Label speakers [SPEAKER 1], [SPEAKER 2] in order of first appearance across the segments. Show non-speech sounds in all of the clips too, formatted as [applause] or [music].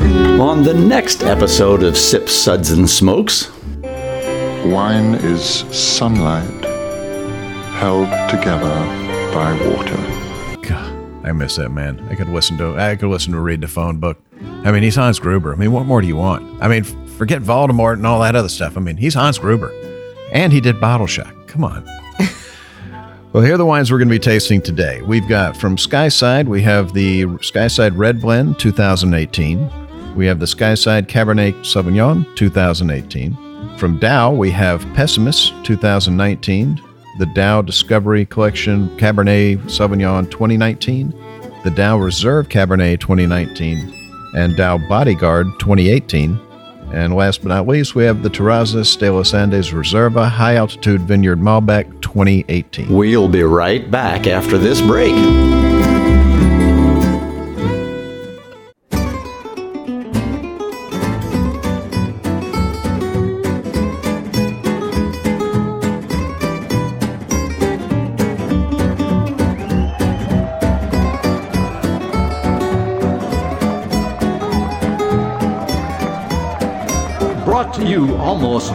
[SPEAKER 1] on the next episode of Sip Suds and Smokes.
[SPEAKER 2] Wine is sunlight held together by water.
[SPEAKER 3] God, I miss that man. I could listen to I could listen to read the phone book. I mean, he's Hans Gruber. I mean, what more do you want? I mean, f- forget Voldemort and all that other stuff. I mean, he's Hans Gruber, and he did Bottle Shock. Come on. well, here are the wines we're going to be tasting today. We've got from Skyside. We have the Skyside Red Blend 2018. We have the Skyside Cabernet Sauvignon 2018. From Dow, we have Pessimist 2019, the Dow Discovery Collection Cabernet Sauvignon 2019, the Dow Reserve Cabernet 2019, and Dow Bodyguard 2018. And last but not least, we have the Terrazas de los Andes Reserva High Altitude Vineyard Malbec 2018.
[SPEAKER 1] We'll be right back after this break. Brought to you almost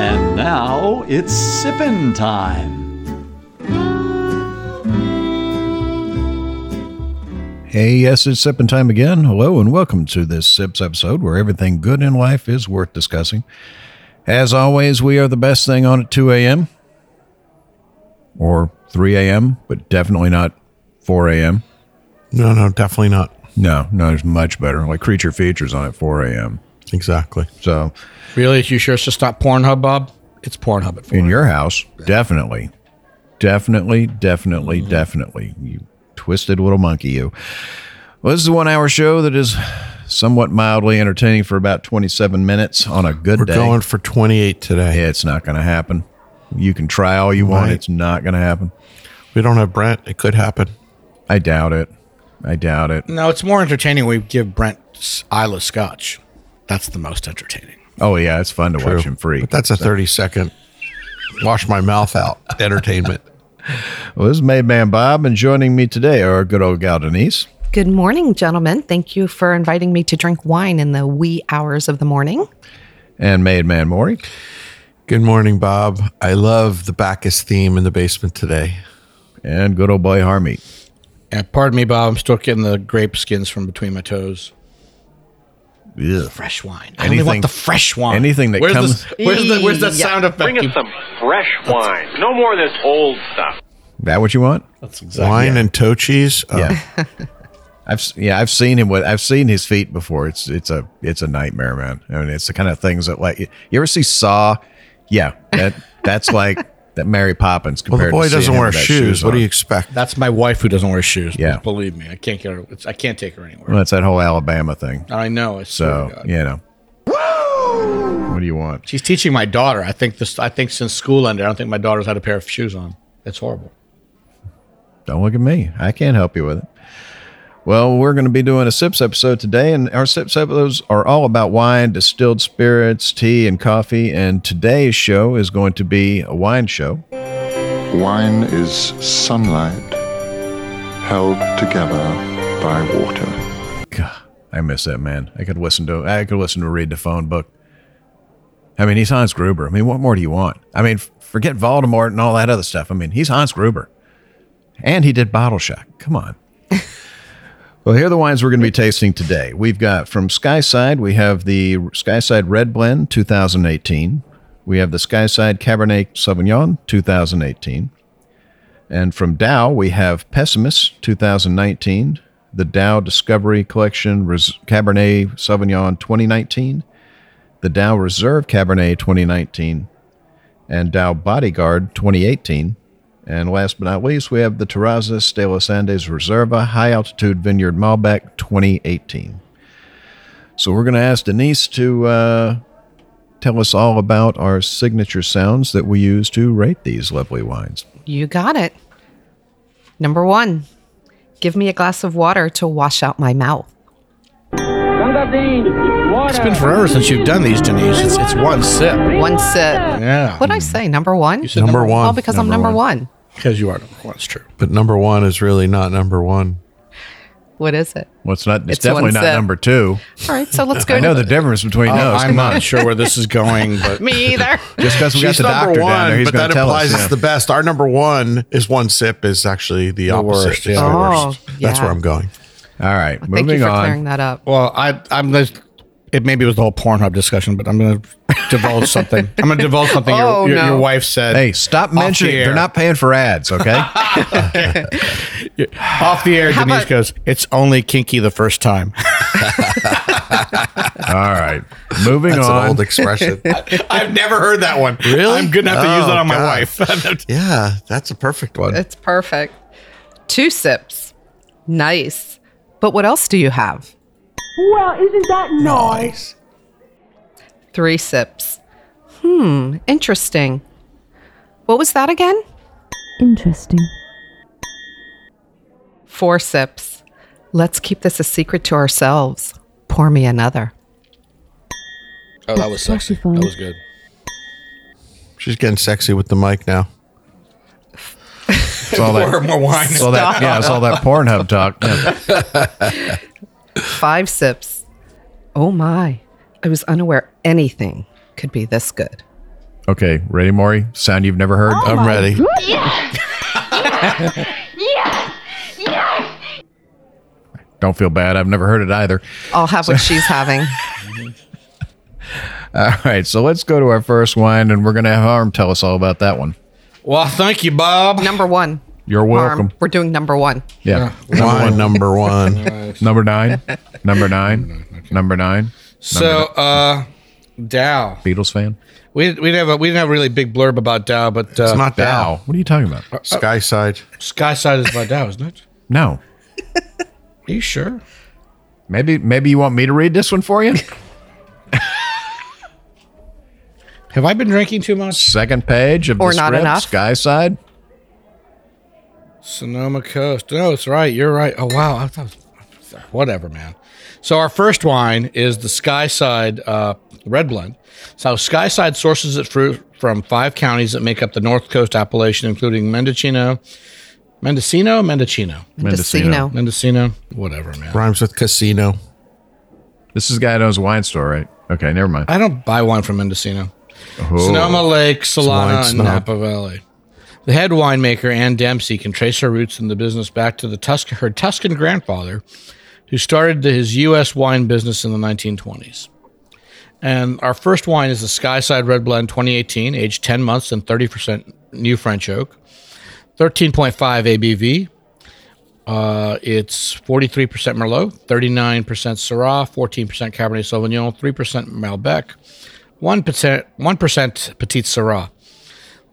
[SPEAKER 1] And now it's sippin' time.
[SPEAKER 3] Hey, yes, it's sipping time again. Hello, and welcome to this Sips episode where everything good in life is worth discussing. As always, we are the best thing on at 2 a.m. or 3 a.m., but definitely not 4 a.m.
[SPEAKER 4] No, no, definitely not.
[SPEAKER 3] No, no, there's much better. Like Creature Features on at 4 a.m.
[SPEAKER 4] Exactly.
[SPEAKER 3] So
[SPEAKER 5] Really? You sure it's just not Pornhub, Bob? It's Pornhub at four.
[SPEAKER 3] in your house, definitely, definitely, definitely,
[SPEAKER 4] Mm-hmm.
[SPEAKER 3] definitely. You twisted little monkey, you. Well, this is a one hour show that is somewhat mildly entertaining for about 27 minutes on a good
[SPEAKER 4] We're
[SPEAKER 3] day.
[SPEAKER 4] going for 28 today.
[SPEAKER 3] Yeah, it's not going to happen. You can try all you want,
[SPEAKER 4] Right.
[SPEAKER 3] it's not going to happen.
[SPEAKER 4] We don't have Brent. It could happen.
[SPEAKER 3] I doubt it. I doubt it.
[SPEAKER 5] No, it's more entertaining. when We give Brent s- Isla Scotch. That's the most entertaining.
[SPEAKER 3] Oh, yeah, it's fun to watch him free.
[SPEAKER 4] But that's a 30 second wash my mouth out entertainment. [laughs]
[SPEAKER 3] Well, this is Made Man Bob, and joining me today are our good old gal Denise.
[SPEAKER 6] Good morning, gentlemen. Thank you for inviting me to drink wine in the wee hours of the morning.
[SPEAKER 3] and Made Man Maury.
[SPEAKER 4] Good morning, Bob. I love the Bacchus theme in the basement today.
[SPEAKER 3] And good old boy Harmeet.
[SPEAKER 5] And pardon me, Bob. I'm still getting the grape skins from between my toes.
[SPEAKER 3] Ugh.
[SPEAKER 5] Fresh wine. I only
[SPEAKER 3] Anything-
[SPEAKER 5] want the fresh wine.
[SPEAKER 3] anything that
[SPEAKER 5] where's
[SPEAKER 3] comes-
[SPEAKER 5] The, where's, the, where's that
[SPEAKER 6] Yeah.
[SPEAKER 5] sound effect?
[SPEAKER 7] Bring
[SPEAKER 5] you-
[SPEAKER 7] us some fresh wine. No more of this old stuff.
[SPEAKER 3] That what you want?
[SPEAKER 5] That's exactly
[SPEAKER 4] Wine and toe cheese. Oh,
[SPEAKER 3] Yeah. I've s- yeah, I've seen him with I've seen his feet before. It's it's a it's a nightmare, man. I mean, it's the kind of things that like you ever see Saw? Yeah, that
[SPEAKER 4] [laughs]
[SPEAKER 3] that's like that Mary Poppins
[SPEAKER 4] Well, the
[SPEAKER 3] compared.
[SPEAKER 4] boy
[SPEAKER 3] to seeing
[SPEAKER 4] doesn't
[SPEAKER 3] him
[SPEAKER 4] wear
[SPEAKER 3] without
[SPEAKER 4] shoes. What do
[SPEAKER 3] on.
[SPEAKER 4] you expect?
[SPEAKER 5] That's my wife who doesn't wear shoes.
[SPEAKER 3] Yeah.
[SPEAKER 5] Believe me, I can't get her. It's, I can't take her anywhere.
[SPEAKER 3] Well, that's that whole Alabama thing.
[SPEAKER 4] Oh,
[SPEAKER 5] I know. I swear to
[SPEAKER 3] So
[SPEAKER 5] God.
[SPEAKER 3] you know, what do you want?
[SPEAKER 5] She's teaching my daughter. I think this. I think since school ended, I don't think my daughter's had a pair of shoes on. It's horrible.
[SPEAKER 3] Don't look at me. I can't help you with it. Well, we're going to be doing a sips episode today, and our sips episodes are all about wine, distilled spirits, tea, and coffee. And today's show is going to be a wine show.
[SPEAKER 2] Wine is sunlight held together by water.
[SPEAKER 3] God, "Ah, I miss that man. I could listen to I could listen to read the phone book. I mean, he's Hans Gruber. I mean, what more do you want? I mean, f- forget Voldemort and all that other stuff. I mean, he's Hans Gruber, and he did Bottle Shock. Come on. [laughs] well, here are the wines we're going to be tasting today. We've got from Skyside. We have the Skyside Red Blend 2018. We have the Skyside Cabernet Sauvignon 2018. And from Dow, we have Pessimist 2019, the Dow Discovery Collection Res- Cabernet Sauvignon 2019, the Dow Reserve Cabernet 2019, and Dow Bodyguard 2018. And last but not least, we have the Terrazas de los Andes Reserva High Altitude Vineyard Malbec 2018. So we're going to ask Denise to uh, tell us all about our signature sounds that we use to rate these lovely wines.
[SPEAKER 6] You got it. Number one, give me a glass of water to wash out my mouth.
[SPEAKER 5] It's been forever since you've done these, Denise. It's, it's one sip.
[SPEAKER 6] One sip.
[SPEAKER 5] Yeah.
[SPEAKER 6] What'd I say? Number one?
[SPEAKER 5] said
[SPEAKER 4] number one.
[SPEAKER 6] Oh, because I'm number one.
[SPEAKER 5] Because you are number one. It's true.
[SPEAKER 4] But number one is really not number one.
[SPEAKER 6] What is it?
[SPEAKER 3] Well, it's not. It's,
[SPEAKER 6] It's
[SPEAKER 3] definitely
[SPEAKER 6] one
[SPEAKER 3] not
[SPEAKER 6] sip.
[SPEAKER 3] number two.
[SPEAKER 6] All right, so let's go.
[SPEAKER 3] I know the difference between
[SPEAKER 4] Oh,
[SPEAKER 5] Uh,
[SPEAKER 3] those.
[SPEAKER 5] I'm
[SPEAKER 3] Come
[SPEAKER 5] not
[SPEAKER 3] on.
[SPEAKER 5] sure where this is going, but
[SPEAKER 6] [laughs] me either.
[SPEAKER 3] Just because we got the doctor down there, he's
[SPEAKER 4] but
[SPEAKER 3] going
[SPEAKER 4] that
[SPEAKER 3] to tell
[SPEAKER 4] implies
[SPEAKER 3] us.
[SPEAKER 4] it's the best. Our number one is one sip is actually the, opposite.
[SPEAKER 5] worst,
[SPEAKER 4] It's
[SPEAKER 5] yeah.
[SPEAKER 4] the
[SPEAKER 6] Oh,
[SPEAKER 4] worst. That's
[SPEAKER 6] yeah.
[SPEAKER 4] where I'm going.
[SPEAKER 3] all right,
[SPEAKER 6] Thank you
[SPEAKER 3] moving
[SPEAKER 6] for
[SPEAKER 3] on.
[SPEAKER 6] clearing that
[SPEAKER 5] [laughs]
[SPEAKER 6] up.
[SPEAKER 5] well, I I'm gonna- it maybe was the whole Pornhub discussion, but I'm going to divulge something. I'm going to divulge something [laughs] your-
[SPEAKER 6] Oh,
[SPEAKER 5] your,
[SPEAKER 6] no.
[SPEAKER 5] your wife said.
[SPEAKER 3] Hey, stop
[SPEAKER 5] off the
[SPEAKER 3] mentioning.
[SPEAKER 5] air.
[SPEAKER 3] they're not paying for ads,
[SPEAKER 4] [laughs]
[SPEAKER 3] okay?
[SPEAKER 5] off the air. Denise
[SPEAKER 6] about-
[SPEAKER 5] goes, "It's only kinky the first time."
[SPEAKER 3] all right, moving
[SPEAKER 4] That's
[SPEAKER 3] on.
[SPEAKER 4] an
[SPEAKER 3] [laughs]
[SPEAKER 4] old expression.
[SPEAKER 5] [laughs] I've never heard that one.
[SPEAKER 4] Really?
[SPEAKER 5] I'm gonna have to use
[SPEAKER 4] Oh,
[SPEAKER 5] that on my
[SPEAKER 4] God.
[SPEAKER 5] [laughs] wife.
[SPEAKER 4] yeah, that's a perfect one.
[SPEAKER 6] It's perfect. Two sips. Nice. But what else do you have?
[SPEAKER 8] Well, isn't that nice?
[SPEAKER 6] Three sips. Hmm, interesting. What was that again?
[SPEAKER 8] Interesting.
[SPEAKER 6] Four sips. Let's keep this a secret to ourselves. Pour me another.
[SPEAKER 5] oh, that was
[SPEAKER 8] sexy. That was
[SPEAKER 5] good.
[SPEAKER 4] She's getting sexy with the mic now.
[SPEAKER 3] It's all that,
[SPEAKER 5] More wine.
[SPEAKER 3] it's all that, yeah, it's all that Pornhub
[SPEAKER 4] [laughs]
[SPEAKER 3] talk. Yeah.
[SPEAKER 6] Five sips. Oh my. I was unaware anything could be this good.
[SPEAKER 3] Okay, ready, Maury? Sound you've never heard?
[SPEAKER 6] Oh
[SPEAKER 4] I'm ready.
[SPEAKER 3] Don't feel bad. I've never heard it either.
[SPEAKER 6] I'll have what she's having.
[SPEAKER 3] All right, so let's go to our first wine, and we're going to have Harm tell us all about that one.
[SPEAKER 5] Well, thank you, Bob.
[SPEAKER 6] Number one.
[SPEAKER 3] You're
[SPEAKER 6] Harm.
[SPEAKER 3] welcome.
[SPEAKER 6] We're doing number one.
[SPEAKER 3] Yeah.
[SPEAKER 4] Wine number
[SPEAKER 5] [laughs]
[SPEAKER 4] one.
[SPEAKER 3] Number nine. Number nine.
[SPEAKER 4] [laughs]
[SPEAKER 3] Number nine.
[SPEAKER 5] So, uh, Dow.
[SPEAKER 3] Beatles fan?
[SPEAKER 5] We we didn't have a, we didn't have a really big blurb about Dow, but uh,
[SPEAKER 4] It's not Dow.
[SPEAKER 3] Wow. What are you talking about?
[SPEAKER 4] Skyside.
[SPEAKER 5] Skyside is by Dow, isn't it?
[SPEAKER 3] No.
[SPEAKER 5] Are you sure?
[SPEAKER 3] Maybe maybe you want me to read this one for [laughs] you?
[SPEAKER 5] Have I been drinking too much?
[SPEAKER 3] Second page of
[SPEAKER 6] Or
[SPEAKER 3] the
[SPEAKER 6] not
[SPEAKER 3] script,
[SPEAKER 6] enough.
[SPEAKER 3] Skyside.
[SPEAKER 5] Sonoma Coast. No, it's right. You're right. Oh wow. I thought, whatever, man. So our first wine is the Skyside uh, Red Blend. So Skyside sources its fruit from five counties that make up the North Coast Appalachian, including Mendocino, Mendocino, Mendocino,
[SPEAKER 3] Mendocino.
[SPEAKER 6] Mendocino.
[SPEAKER 5] Mendocino. Whatever, man.
[SPEAKER 4] Rhymes with casino.
[SPEAKER 3] This is a guy that owns a wine store, right? Okay, never mind.
[SPEAKER 5] I don't buy wine from Mendocino.
[SPEAKER 3] Oh.
[SPEAKER 5] Sonoma Lake,
[SPEAKER 4] wine
[SPEAKER 5] Solana, and
[SPEAKER 4] snob.
[SPEAKER 5] Napa Valley. The head winemaker Ann Dempsey can trace her roots in the business back to the Tusc- her Tuscan grandfather, who started the- his U.S. wine business in the 1920s. And our first wine is the Skyside Red Blend 2018, aged 10 months and 30% new French oak, 13.5 ABV. Uh, it's 43% Merlot, 39% Syrah, 14% Cabernet Sauvignon, 3% Malbec, one percent one percent Petit Syrah.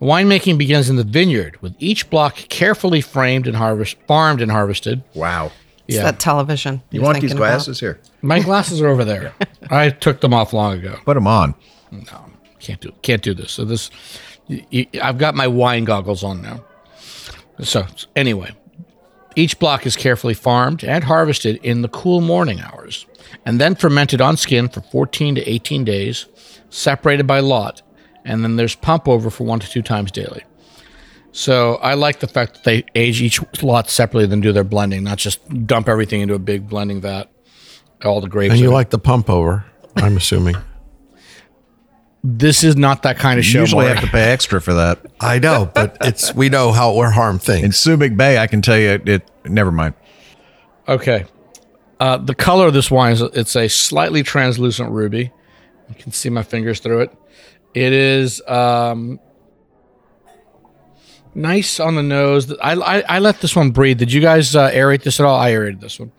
[SPEAKER 5] Winemaking begins in the vineyard, with each block carefully framed and harvest farmed and harvested.
[SPEAKER 3] Wow.
[SPEAKER 6] It's that television.
[SPEAKER 3] You
[SPEAKER 6] you're
[SPEAKER 3] want these
[SPEAKER 6] thinking about.
[SPEAKER 3] glasses here?
[SPEAKER 5] My glasses are over
[SPEAKER 6] [laughs]
[SPEAKER 5] there. I took them off long ago.
[SPEAKER 3] Put them on.
[SPEAKER 5] Can't do can't do this. So this, y- y- I've got my wine goggles on now. So anyway, each block is carefully farmed and harvested in the cool morning hours, and then fermented on skin for 14 to 18 days, separated by lot, and then there's pump over for one to two times daily. So I like the fact that they age each lot separately, then do their blending, not just dump everything into a big blending vat. All the grapes.
[SPEAKER 4] And you
[SPEAKER 5] in it.
[SPEAKER 4] like the pump over, I'm assuming.
[SPEAKER 5] this is not that kind of
[SPEAKER 3] You
[SPEAKER 5] show.
[SPEAKER 3] usually
[SPEAKER 5] Maury.
[SPEAKER 3] have to pay extra for that.
[SPEAKER 4] I know, but it's we know how we're harm
[SPEAKER 3] In
[SPEAKER 4] things.
[SPEAKER 3] Subic Bay, I can tell you it, it never mind.
[SPEAKER 5] Okay. Uh, the color of this wine is it's a slightly translucent ruby. You can see my fingers through it. It is um, nice on the nose. I, I, I let this one breathe. Did you guys uh, aerate this at all? I aerated this one.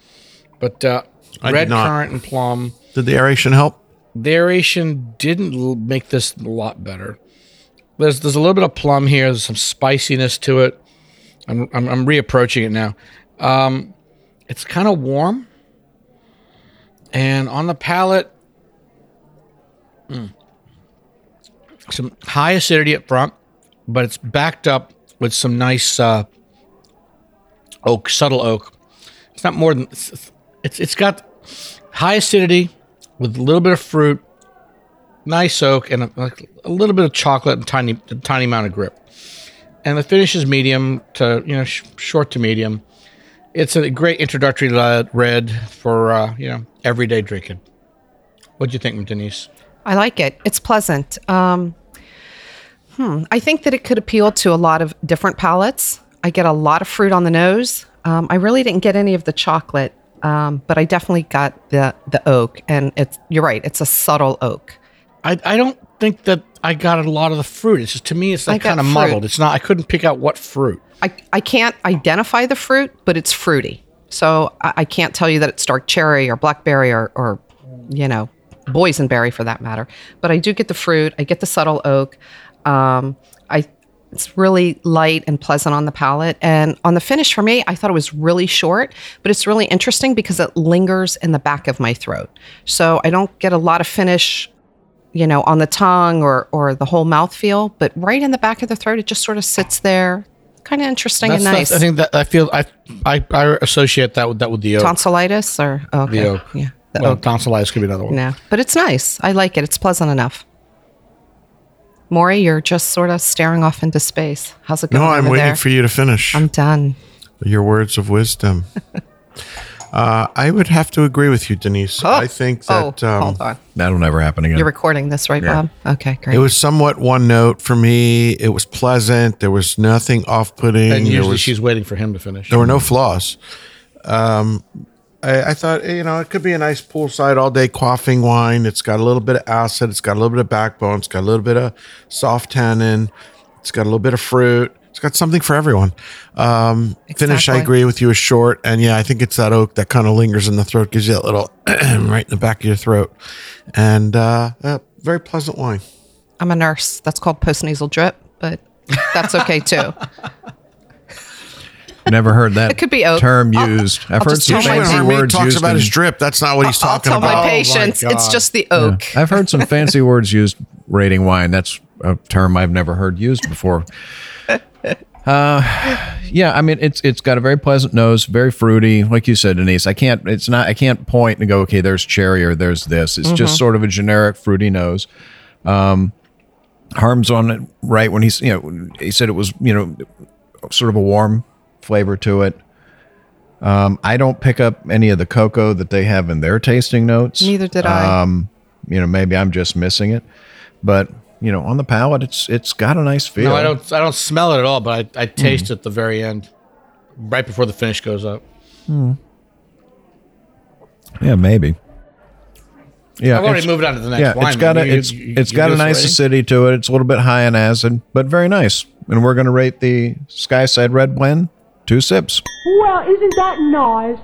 [SPEAKER 5] But uh,
[SPEAKER 4] I did
[SPEAKER 5] red
[SPEAKER 4] not.
[SPEAKER 5] currant and plum.
[SPEAKER 4] Did the aeration help?
[SPEAKER 5] The aeration didn't l- make this a lot better. There's there's a little bit of plum here. There's some spiciness to it. I'm I'm, I'm reapproaching it now. Um, it's kind of warm. And on the palate, mm, some high acidity up front, but it's backed up with some nice uh, oak, subtle oak. It's not more than it's it's, it's got high acidity with a little bit of fruit, nice oak, and a, like a little bit of chocolate and tiny tiny amount of grip. And the finish is medium to you know sh- short to medium. It's a great introductory li- red for uh, you know everyday drinking. What do you think, Denise?
[SPEAKER 6] I like it. It's pleasant. Um, hmm. I think that it could appeal to a lot of different palates. I get a lot of fruit on the nose. Um, I really didn't get any of the chocolate, um, but I definitely got the the oak. And it's you're right. It's a subtle oak.
[SPEAKER 5] I, I don't think that I got a lot of the fruit. It's just to me, it's
[SPEAKER 6] I
[SPEAKER 5] like
[SPEAKER 6] got
[SPEAKER 5] kind of
[SPEAKER 6] fruit.
[SPEAKER 5] muddled. It's not. I couldn't pick out what fruit.
[SPEAKER 6] I I can't identify the fruit, but it's fruity. So I, I can't tell you that it's dark cherry or blackberry or or you know boysenberry for that matter. But I do get the fruit. I get the subtle oak. Um, I it's really light and pleasant on the palate. And on the finish for me, I thought it was really short, but it's really interesting because it lingers in the back of my throat. So I don't get a lot of finish, you know, on the tongue or or the whole mouth feel, but right in the back of the throat, it just sort of sits there. Kind of interesting
[SPEAKER 5] That's
[SPEAKER 6] and
[SPEAKER 5] not-
[SPEAKER 6] nice.
[SPEAKER 5] I think that I feel I I, I associate that with that with the oak.
[SPEAKER 6] Tonsillitis or oh, okay.
[SPEAKER 5] The oak.
[SPEAKER 6] Yeah. The
[SPEAKER 5] well,
[SPEAKER 6] oak.
[SPEAKER 5] tonsillitis could be another one.
[SPEAKER 6] No. But it's nice. I like it. It's pleasant enough. Maury, you're just sort of staring off into space. How's it going?
[SPEAKER 4] No, I'm
[SPEAKER 6] over
[SPEAKER 4] waiting
[SPEAKER 6] there?
[SPEAKER 4] for you to finish
[SPEAKER 6] I'm done.
[SPEAKER 4] your words of
[SPEAKER 6] [laughs]
[SPEAKER 4] wisdom. uh, I would have to agree with you, Denise. I think that
[SPEAKER 6] oh,
[SPEAKER 4] um,
[SPEAKER 6] hold on.
[SPEAKER 3] That'll never happen again.
[SPEAKER 6] You're recording this, right, Bob? Okay, great.
[SPEAKER 4] it was somewhat one note for me. It was pleasant. There was nothing off putting.
[SPEAKER 5] And
[SPEAKER 4] there
[SPEAKER 5] usually
[SPEAKER 4] was
[SPEAKER 5] she's waiting for him to finish.
[SPEAKER 4] There were no flaws. Um, I, I thought, eh, you know, it could be a nice poolside all day quaffing wine. It's got a little bit of acid. It's got a little bit of backbone. It's got a little bit of soft tannin. It's got a little bit of fruit. It's got something for everyone. Um, Finish, I
[SPEAKER 6] Exactly.
[SPEAKER 4] agree with you, is short. And yeah, I think it's that oak that kind of lingers in the throat, gives you that little [clears throat] right in the back of your throat. And uh, uh, very pleasant wine.
[SPEAKER 6] I'm a nurse. That's called postnasal drip, but that's okay
[SPEAKER 4] [laughs]
[SPEAKER 6] too.
[SPEAKER 3] Never heard
[SPEAKER 6] [laughs]
[SPEAKER 3] that
[SPEAKER 6] could be oak.
[SPEAKER 3] term
[SPEAKER 6] I'll-
[SPEAKER 3] used. I've
[SPEAKER 6] I'll
[SPEAKER 3] heard
[SPEAKER 6] just
[SPEAKER 3] some
[SPEAKER 6] tell my
[SPEAKER 3] fancy
[SPEAKER 6] Whenever
[SPEAKER 4] Remy
[SPEAKER 3] words
[SPEAKER 4] talks
[SPEAKER 3] used.
[SPEAKER 4] about
[SPEAKER 3] in- Oh,
[SPEAKER 4] his drip. That's not what he's
[SPEAKER 6] I'll
[SPEAKER 4] talking
[SPEAKER 6] tell
[SPEAKER 4] about. Oh,
[SPEAKER 6] my patients it's just the
[SPEAKER 3] Yeah.
[SPEAKER 6] oak.
[SPEAKER 3] [laughs] I've heard some fancy words used rating wine. That's a term I've never heard used before. Uh, yeah, I mean it's it's got a very pleasant nose, very fruity, like you said, Denise. I can't it's not I can't point and go okay, there's cherry or there's this. It's just
[SPEAKER 6] Mm-hmm.
[SPEAKER 3] sort of a generic fruity nose. Um, Harms on it right when he's you know he said it was you know sort of a warm flavor to it. Um, I don't pick up any of the cocoa that they have in their tasting notes.
[SPEAKER 6] Neither did I.
[SPEAKER 3] Um, you know, maybe I'm just missing it, but you know, on the palate, it's it's got a nice feel.
[SPEAKER 5] No, I don't. I don't smell it at all, but I, I taste it at the very end, right before the finish goes up.
[SPEAKER 3] Yeah, maybe. Yeah,
[SPEAKER 5] I've already
[SPEAKER 3] it's-
[SPEAKER 5] moved on to the next
[SPEAKER 3] Yeah,
[SPEAKER 5] wine.
[SPEAKER 3] it's got a
[SPEAKER 5] man. You-
[SPEAKER 3] it's
[SPEAKER 5] you-
[SPEAKER 3] it's
[SPEAKER 5] you
[SPEAKER 3] got
[SPEAKER 5] give
[SPEAKER 3] a
[SPEAKER 5] us
[SPEAKER 3] nice
[SPEAKER 5] rating?
[SPEAKER 3] acidity to it. It's a little bit high in acid, but very nice. And we're going to rate the Skyside Red Blend two sips.
[SPEAKER 8] Well, isn't that nice?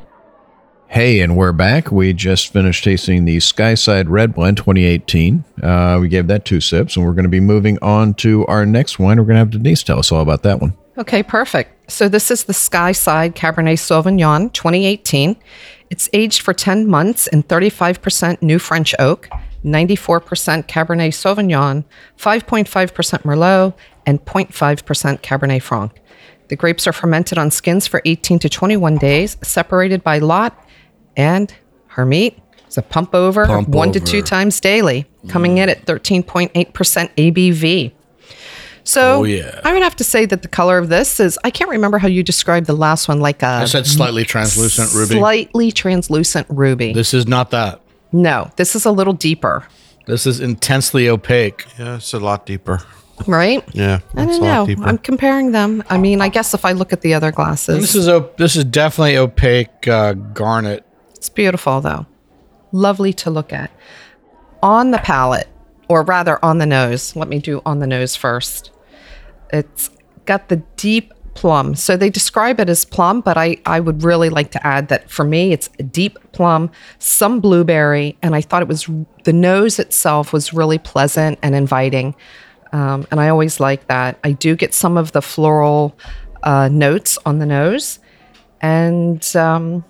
[SPEAKER 3] Hey, and we're back. We just finished tasting the Skyside Red Blend 2018. Uh, we gave that two sips, and we're going to be moving on to our next wine. We're going to have Denise tell us all about that one.
[SPEAKER 6] Okay, perfect. So this is the Skyside Cabernet Sauvignon 2018. It's aged for 10 months in 35% new French oak, 94% Cabernet Sauvignon, 5.5% Merlot, and 0.5% Cabernet Franc. The grapes are fermented on skins for 18 to 21 days, separated by lot and Hermit. It's a pump over one to two times daily, coming in at 13.8% ABV. So I would have to say that the color of this is I can't remember how you described the last one, like
[SPEAKER 5] I
[SPEAKER 6] a
[SPEAKER 5] said slightly translucent ruby.
[SPEAKER 6] slightly translucent ruby.
[SPEAKER 5] this is not that.
[SPEAKER 6] no, this is a little deeper,
[SPEAKER 5] This is intensely opaque.
[SPEAKER 4] Yeah, it's a lot deeper.
[SPEAKER 6] right?
[SPEAKER 4] Yeah,
[SPEAKER 6] I
[SPEAKER 4] it's a
[SPEAKER 6] don't
[SPEAKER 4] lot
[SPEAKER 6] know.
[SPEAKER 4] deeper.
[SPEAKER 6] I'm comparing them. I mean, I guess if I look at the other glasses,
[SPEAKER 5] This is op- this is definitely opaque uh, garnet.
[SPEAKER 6] It's beautiful though. Lovely to look at. On the palate, or rather on the nose, let me do on the nose first. It's got the deep plum. So they describe it as plum, but I, I would really like to add that for me, it's a deep plum, some blueberry, and I thought it was the nose itself was really pleasant and inviting. Um, and I always like that. I do get some of the floral uh, notes on the nose. And um,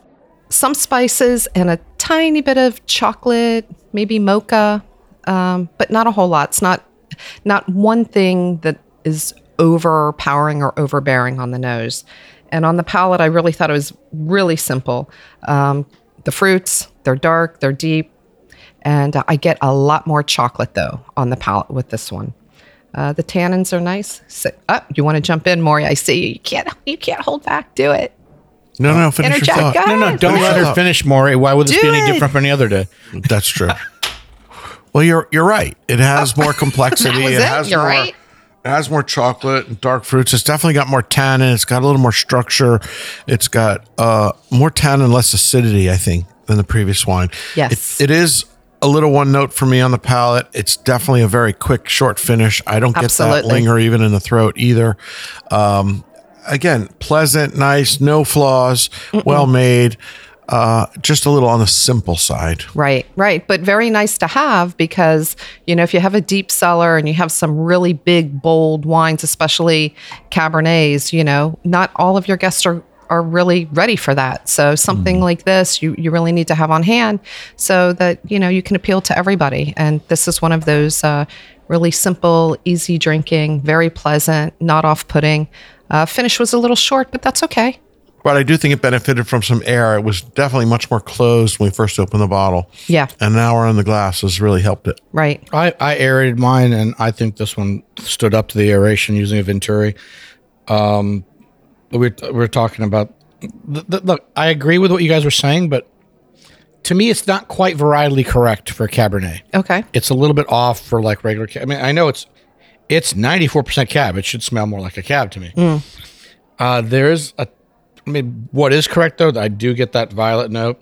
[SPEAKER 6] some spices, and a tiny bit of chocolate, maybe mocha, um, but not a whole lot. It's not not one thing that is overpowering or overbearing on the nose. And on the palate, I really thought it was really simple. Um, the fruits, they're dark, they're deep, and uh, I get a lot more chocolate though on the palate with this one. Uh, the tannins are nice. So, oh, you want to jump in, Maury? I see you. You can't. You can't hold back. Do it.
[SPEAKER 4] No, no, finish
[SPEAKER 6] Interject,
[SPEAKER 4] your thought.
[SPEAKER 6] guys.
[SPEAKER 4] No,
[SPEAKER 5] No, no, don't let her finish, Maury. Why would this
[SPEAKER 6] Do
[SPEAKER 5] be any
[SPEAKER 6] it.
[SPEAKER 5] different from any other day?
[SPEAKER 4] no, that's true. Well, you're you're right. It
[SPEAKER 6] [laughs]
[SPEAKER 4] has more complexity.
[SPEAKER 6] That was it?
[SPEAKER 4] has
[SPEAKER 6] You're
[SPEAKER 4] more,
[SPEAKER 6] right.
[SPEAKER 4] It has more chocolate and dark fruits. It's definitely got more tannin. It's got a little more structure. It's got uh, more tannin, less acidity, I think, than the previous wine.
[SPEAKER 6] Yes.
[SPEAKER 4] It, it is a little one note for me on the palate. It's definitely a very quick, short finish. I don't get that
[SPEAKER 6] Absolutely.
[SPEAKER 4] linger even in the throat either. Um, again, pleasant, nice, no flaws, well made. Uh, just a little on the simple side.
[SPEAKER 6] Right, right. But very nice to have because, you know, if you have a deep cellar and you have some really big, bold wines, especially Cabernets, you know, not all of your guests are, are really ready for that. So something like this, you, you really need to have on hand so that, you know, you can appeal to everybody. And this is one of those uh, really simple, easy drinking, very pleasant, not off putting. Uh, finish was a little short, but that's okay.
[SPEAKER 4] But I do think it benefited from some air. It was definitely much more closed when we first opened the bottle.
[SPEAKER 6] Yeah.
[SPEAKER 4] And now we're in the glass has really helped it.
[SPEAKER 6] Right.
[SPEAKER 5] I, I aerated mine, and I think this one stood up to the aeration using a Venturi. Um, we we we're talking about. th- th- Look, I agree with what you guys were saying, but to me, it's not quite varietally correct for Cabernet.
[SPEAKER 6] Okay.
[SPEAKER 5] It's a little bit off for like regular. Cab. I mean, I know it's it's ninety four percent cab. It should smell more like a cab to me. Uh, there's a. I mean, what is correct though? I do get that violet note.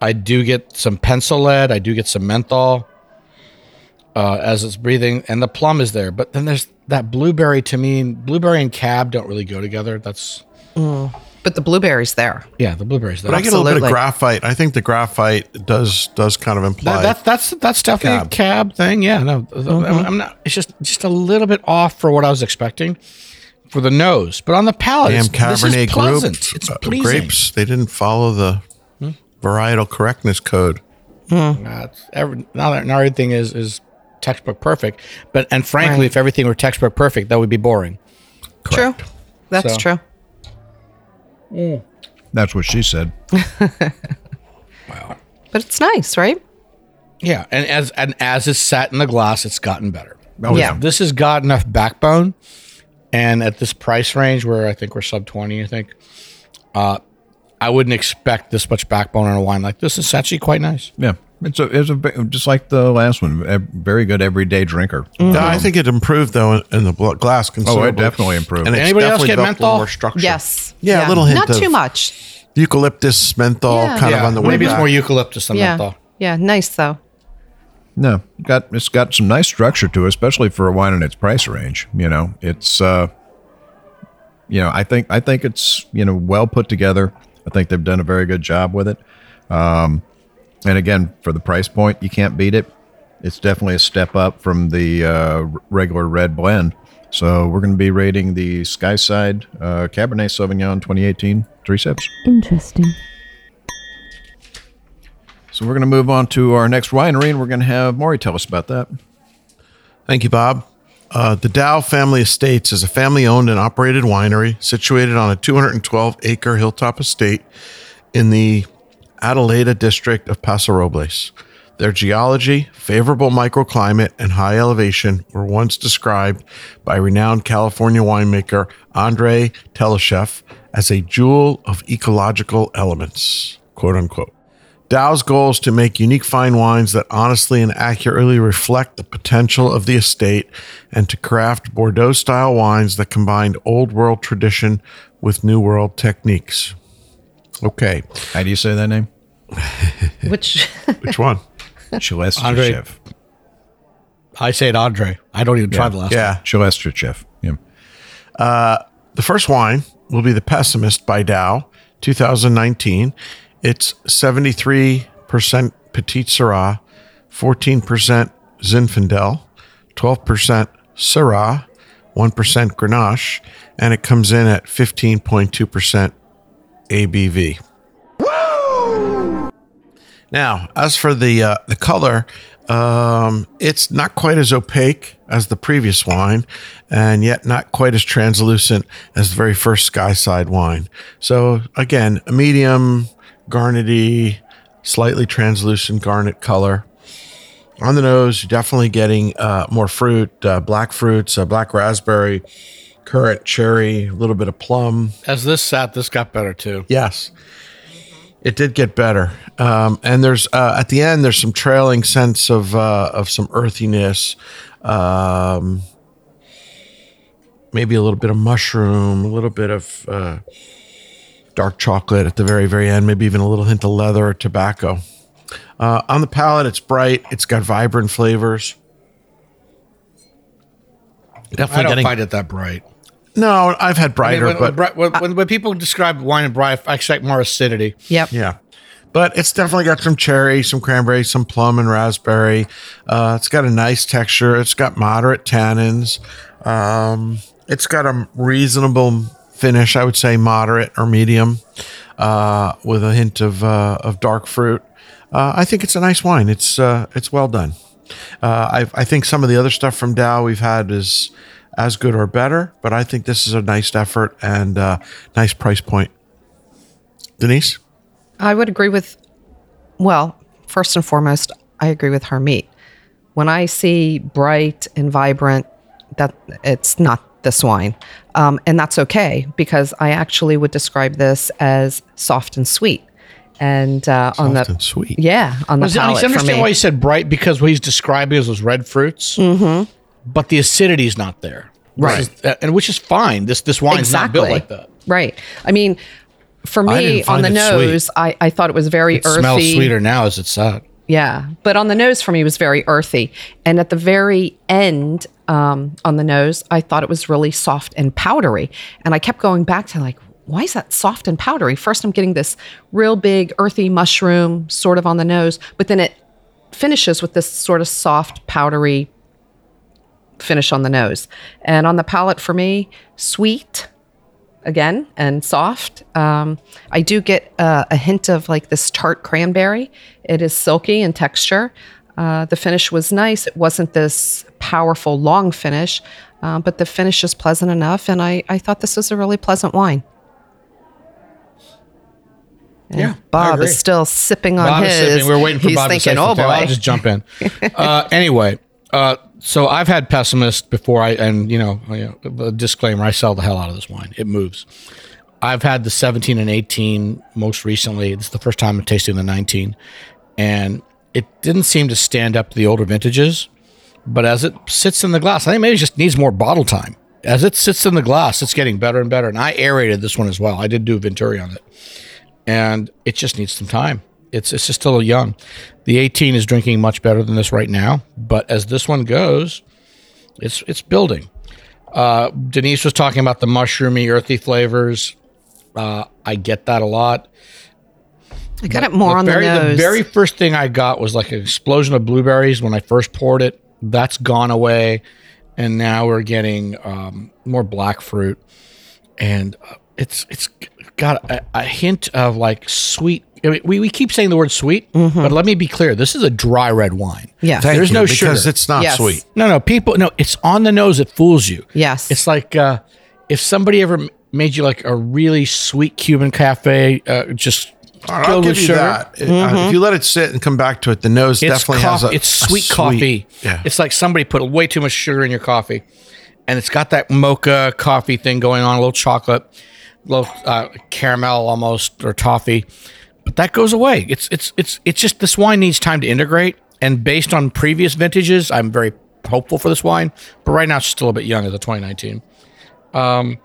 [SPEAKER 5] I do get some pencil lead. I do get some menthol uh, as it's breathing, and the plum is there. But then there's that blueberry. To me, blueberry and cab don't really go together. That's
[SPEAKER 6] But the blueberries there.
[SPEAKER 5] yeah, the blueberries. There.
[SPEAKER 4] But I get a little bit of
[SPEAKER 6] Absolutely.
[SPEAKER 4] graphite. I think the graphite does does kind of imply
[SPEAKER 5] That, that, that's that's definitely
[SPEAKER 4] Cab. Mm-hmm.
[SPEAKER 5] a cab thing. Yeah, no, th- I'm, I'm not. It's just just a little bit off for what I was expecting for the nose, but on the palate,
[SPEAKER 4] damn
[SPEAKER 5] it's, this
[SPEAKER 4] Cabernet
[SPEAKER 5] is pleasant.
[SPEAKER 4] group
[SPEAKER 5] It's
[SPEAKER 4] uh,
[SPEAKER 5] pleasing. Hmm?
[SPEAKER 4] grapes. They didn't follow the varietal correctness code.
[SPEAKER 5] Uh, it's every, now that now everything is is textbook perfect, but and frankly,
[SPEAKER 6] Right.
[SPEAKER 5] if everything were textbook perfect, that would be boring.
[SPEAKER 6] True. That's
[SPEAKER 5] So-
[SPEAKER 6] true.
[SPEAKER 3] That's what she said.
[SPEAKER 6] But it's nice, right?
[SPEAKER 5] Yeah, and as and as it's sat in the glass, it's gotten better.
[SPEAKER 6] yeah.
[SPEAKER 5] This has got enough backbone, and at this price range where I think we're sub twenty, I think, uh, I wouldn't expect this much backbone on a wine like this. It's actually quite nice.
[SPEAKER 3] Yeah. It's a, it's a ve- just like the last one, a very good everyday drinker.
[SPEAKER 5] Hmm.
[SPEAKER 4] No, I think it improved though in, in the bl-
[SPEAKER 5] Oh,
[SPEAKER 4] glass considerably.
[SPEAKER 3] definitely improved.
[SPEAKER 4] it's
[SPEAKER 5] Anybody else
[SPEAKER 4] definitely
[SPEAKER 5] get
[SPEAKER 4] built a
[SPEAKER 5] menthol?
[SPEAKER 4] little More structure.
[SPEAKER 6] Yes.
[SPEAKER 4] Yeah, a little hint
[SPEAKER 6] Not
[SPEAKER 4] of-
[SPEAKER 6] too much.
[SPEAKER 4] Eucalyptus, menthol,
[SPEAKER 6] Yeah.
[SPEAKER 4] kind of
[SPEAKER 5] Yeah,
[SPEAKER 4] on the way
[SPEAKER 5] maybe
[SPEAKER 4] back.
[SPEAKER 5] it's more eucalyptus than
[SPEAKER 6] Yeah.
[SPEAKER 5] menthol.
[SPEAKER 6] Yeah. Nice though.
[SPEAKER 3] No, got it's got some nice structure to it, especially for a wine in its price range. You know, it's uh, you know, I think I think it's you know well put together. I think they've done a very good job with it. Um, and again, for the price point, you can't beat it. It's definitely a step up from the uh, r- regular red blend. So we're going to be rating the Skyside uh, Cabernet Sauvignon 2018 three sips.
[SPEAKER 8] Interesting.
[SPEAKER 3] So we're going to move on to our next winery, and we're going to have Maury tell us about that.
[SPEAKER 4] Thank you, Bob. Uh, the Dow Family Estates is a family owned and operated winery situated on a 212 acre hilltop estate in the Adelaida district of Paso Robles. Their geology, favorable microclimate, and high elevation were once described by renowned California winemaker Andre Teleshev as a jewel of ecological elements, quote unquote. Dow's goal is to make unique fine wines that honestly and accurately reflect the potential of the estate and to craft Bordeaux style wines that combine old world tradition with new world techniques. Okay,
[SPEAKER 3] How do you say that name?
[SPEAKER 6] Which [laughs]
[SPEAKER 4] which one?
[SPEAKER 5] Andre-
[SPEAKER 3] Chelestchev.
[SPEAKER 5] I say it, Andre. I don't even try the last.
[SPEAKER 4] yeah.
[SPEAKER 3] Chelestchev. Yeah.
[SPEAKER 4] The first wine will be The Pessimist by Dow, 2019. It's 73% Petit Syrah, 14% Zinfandel, 12% Syrah, 1% Grenache, and it comes in at 15.2% ABV. Now, as for the uh, the color, um, it's not quite as opaque as the previous wine, and yet not quite as translucent as the very first Skyside wine. So again, a medium garnety, slightly translucent garnet color. On the nose, you're definitely getting uh, more fruit, uh, black fruits, uh, black raspberry, currant, cherry, a little bit of plum.
[SPEAKER 5] As this sat, this got better too.
[SPEAKER 4] Yes. It did get better. Um, and there's uh, at the end there's some trailing sense of uh, of some earthiness. Um, maybe a little bit of mushroom, a little bit of uh, dark chocolate at the very very end, maybe even a little hint of leather or tobacco. Uh, on the palate it's bright, it's got vibrant flavors. Definitely
[SPEAKER 5] I don't
[SPEAKER 4] getting
[SPEAKER 5] find it that bright.
[SPEAKER 4] No, I've had brighter,
[SPEAKER 5] when,
[SPEAKER 4] but
[SPEAKER 5] when, when, when- when people describe wine and bright, I expect more acidity.
[SPEAKER 6] Yep.
[SPEAKER 4] Yeah. But it's definitely got some cherry, some cranberry, some plum and raspberry. Uh, it's got a nice texture. It's got moderate tannins. Um, it's got a reasonable finish, I would say moderate or medium, uh, with a hint of, uh, of dark fruit. Uh, I think it's a nice wine. It's uh, it's well done. Uh, I, I think some of the other stuff from Dow we've had is as good or better, but I think this is a nice effort and uh, nice price point. Denise?
[SPEAKER 6] I would agree with, well, first and foremost, I agree with Harmeet. When I see bright and vibrant, that it's not this wine, um, and that's okay because I actually would describe this as soft and sweet. And uh, on the
[SPEAKER 4] and sweet.
[SPEAKER 6] yeah, on the
[SPEAKER 5] I
[SPEAKER 6] palate for
[SPEAKER 5] understand
[SPEAKER 6] me.
[SPEAKER 5] why you said bright because what he's describing is those red fruits, mm-hmm. but the acidity's not there,
[SPEAKER 6] Right.
[SPEAKER 5] This is- uh, and which is fine. This this wine's not built like that.
[SPEAKER 6] Right. I mean, for me,
[SPEAKER 4] didn't
[SPEAKER 6] on the
[SPEAKER 4] find it sweet.
[SPEAKER 6] nose, I, I thought it was very
[SPEAKER 5] It
[SPEAKER 6] earthy.
[SPEAKER 5] smells sweeter now as it's sat.
[SPEAKER 6] Yeah, but on the nose for me it was very earthy, and at the very end um, on the nose, I thought it was really soft and powdery, and I kept going back to like, why is that soft and powdery? First, I'm getting this real big earthy mushroom sort of on the nose, but then it finishes with this sort of soft powdery finish on the nose, and on the palate for me, sweet again and soft. Um, I do get uh, a hint of like this tart cranberry. It is silky in texture. Uh, the finish was nice. It wasn't this powerful long finish, uh, but the finish is pleasant enough. And I, I thought this was a really pleasant wine. And
[SPEAKER 5] Yeah, I
[SPEAKER 6] Bob
[SPEAKER 5] agree.
[SPEAKER 6] is still sipping on
[SPEAKER 5] Bob is
[SPEAKER 6] his.
[SPEAKER 5] sipping. We're waiting for
[SPEAKER 6] He's
[SPEAKER 5] Bob
[SPEAKER 6] thinking,
[SPEAKER 5] to say
[SPEAKER 6] "Oh
[SPEAKER 5] something. I'll
[SPEAKER 6] boy,
[SPEAKER 5] just jump in. [laughs] uh, anyway, uh, so I've had pessimist before. I and you know, you know, a disclaimer: I sell the hell out of this wine. It moves. I've had the 17 and 18 most recently. This is the first time I'm tasting the 19, and it didn't seem to stand up to the older vintages. But as it sits in the glass, I think maybe it just needs more bottle time. As it sits in the glass, it's getting better and better. And I aerated this one as well. I did do Venturi on it and it just needs some time. It's it's just still young. The 18 is drinking much better than this right now, but as this one goes, it's it's building. Uh, Denise was talking about the mushroomy, earthy flavors. Uh, I get that a lot.
[SPEAKER 6] I got it more on
[SPEAKER 5] very,
[SPEAKER 6] the nose."
[SPEAKER 5] very first thing I got was like an explosion of blueberries when I first poured it. That's gone away, and now we're getting um, more black fruit, and uh, it's it's got a, a hint of like sweet. I mean, we, we keep saying the word sweet, but let me be clear. This is a dry red wine.
[SPEAKER 6] Mm-hmm. Yeah. Thank
[SPEAKER 5] there's
[SPEAKER 4] you,
[SPEAKER 5] no sugar.
[SPEAKER 4] because it's not
[SPEAKER 6] Yes.
[SPEAKER 4] sweet.
[SPEAKER 5] No, no, people. No, it's on the nose. It fools you.
[SPEAKER 6] Yes.
[SPEAKER 5] it's like uh, if somebody ever m- made you like a really sweet Cuban cafe, uh, just
[SPEAKER 4] I'll
[SPEAKER 5] filled
[SPEAKER 4] give
[SPEAKER 5] with
[SPEAKER 4] you
[SPEAKER 5] sugar.
[SPEAKER 4] that. It- uh, if you let it sit and come back to it, the nose
[SPEAKER 5] It's
[SPEAKER 4] definitely
[SPEAKER 5] coff-
[SPEAKER 4] has a
[SPEAKER 5] it's
[SPEAKER 4] a
[SPEAKER 5] sweet coffee.
[SPEAKER 4] Yeah.
[SPEAKER 5] It's like somebody put way too much sugar in your coffee, and it's got that mocha coffee thing going on, a little chocolate, a little uh, caramel almost or toffee, but that goes away. It's it's it's it's just this wine needs time to integrate. And based on previous vintages, I'm very hopeful for this wine, but right now it's still a bit young as a 2019. Um,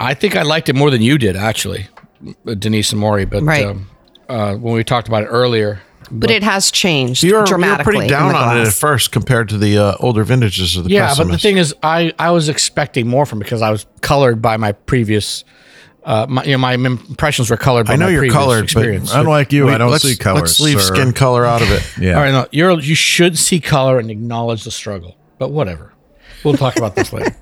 [SPEAKER 5] I think I liked it more than you did, actually, Denise and Maury. But
[SPEAKER 6] Right.
[SPEAKER 5] um, uh, when we talked about it earlier,
[SPEAKER 6] but it has changed
[SPEAKER 4] You're, you're
[SPEAKER 6] dramatically.
[SPEAKER 4] pretty
[SPEAKER 6] in
[SPEAKER 4] down
[SPEAKER 6] the
[SPEAKER 4] on it at
[SPEAKER 6] glass.
[SPEAKER 4] first compared to the uh, older vintages of the
[SPEAKER 5] yeah but the
[SPEAKER 4] Pessimists.
[SPEAKER 5] thing is i i was expecting more from it because i was colored by my previous uh my, you know my impressions were colored by
[SPEAKER 4] I know
[SPEAKER 5] my
[SPEAKER 4] you're
[SPEAKER 5] previous
[SPEAKER 4] colored,
[SPEAKER 5] experience
[SPEAKER 4] but
[SPEAKER 3] Unlike you, I don't
[SPEAKER 4] let's,
[SPEAKER 3] see color,
[SPEAKER 4] Let's leave
[SPEAKER 3] sir.
[SPEAKER 4] skin color out of [laughs] it.
[SPEAKER 3] Yeah.
[SPEAKER 5] all right no you're you should see color and acknowledge the struggle but whatever we'll talk about this later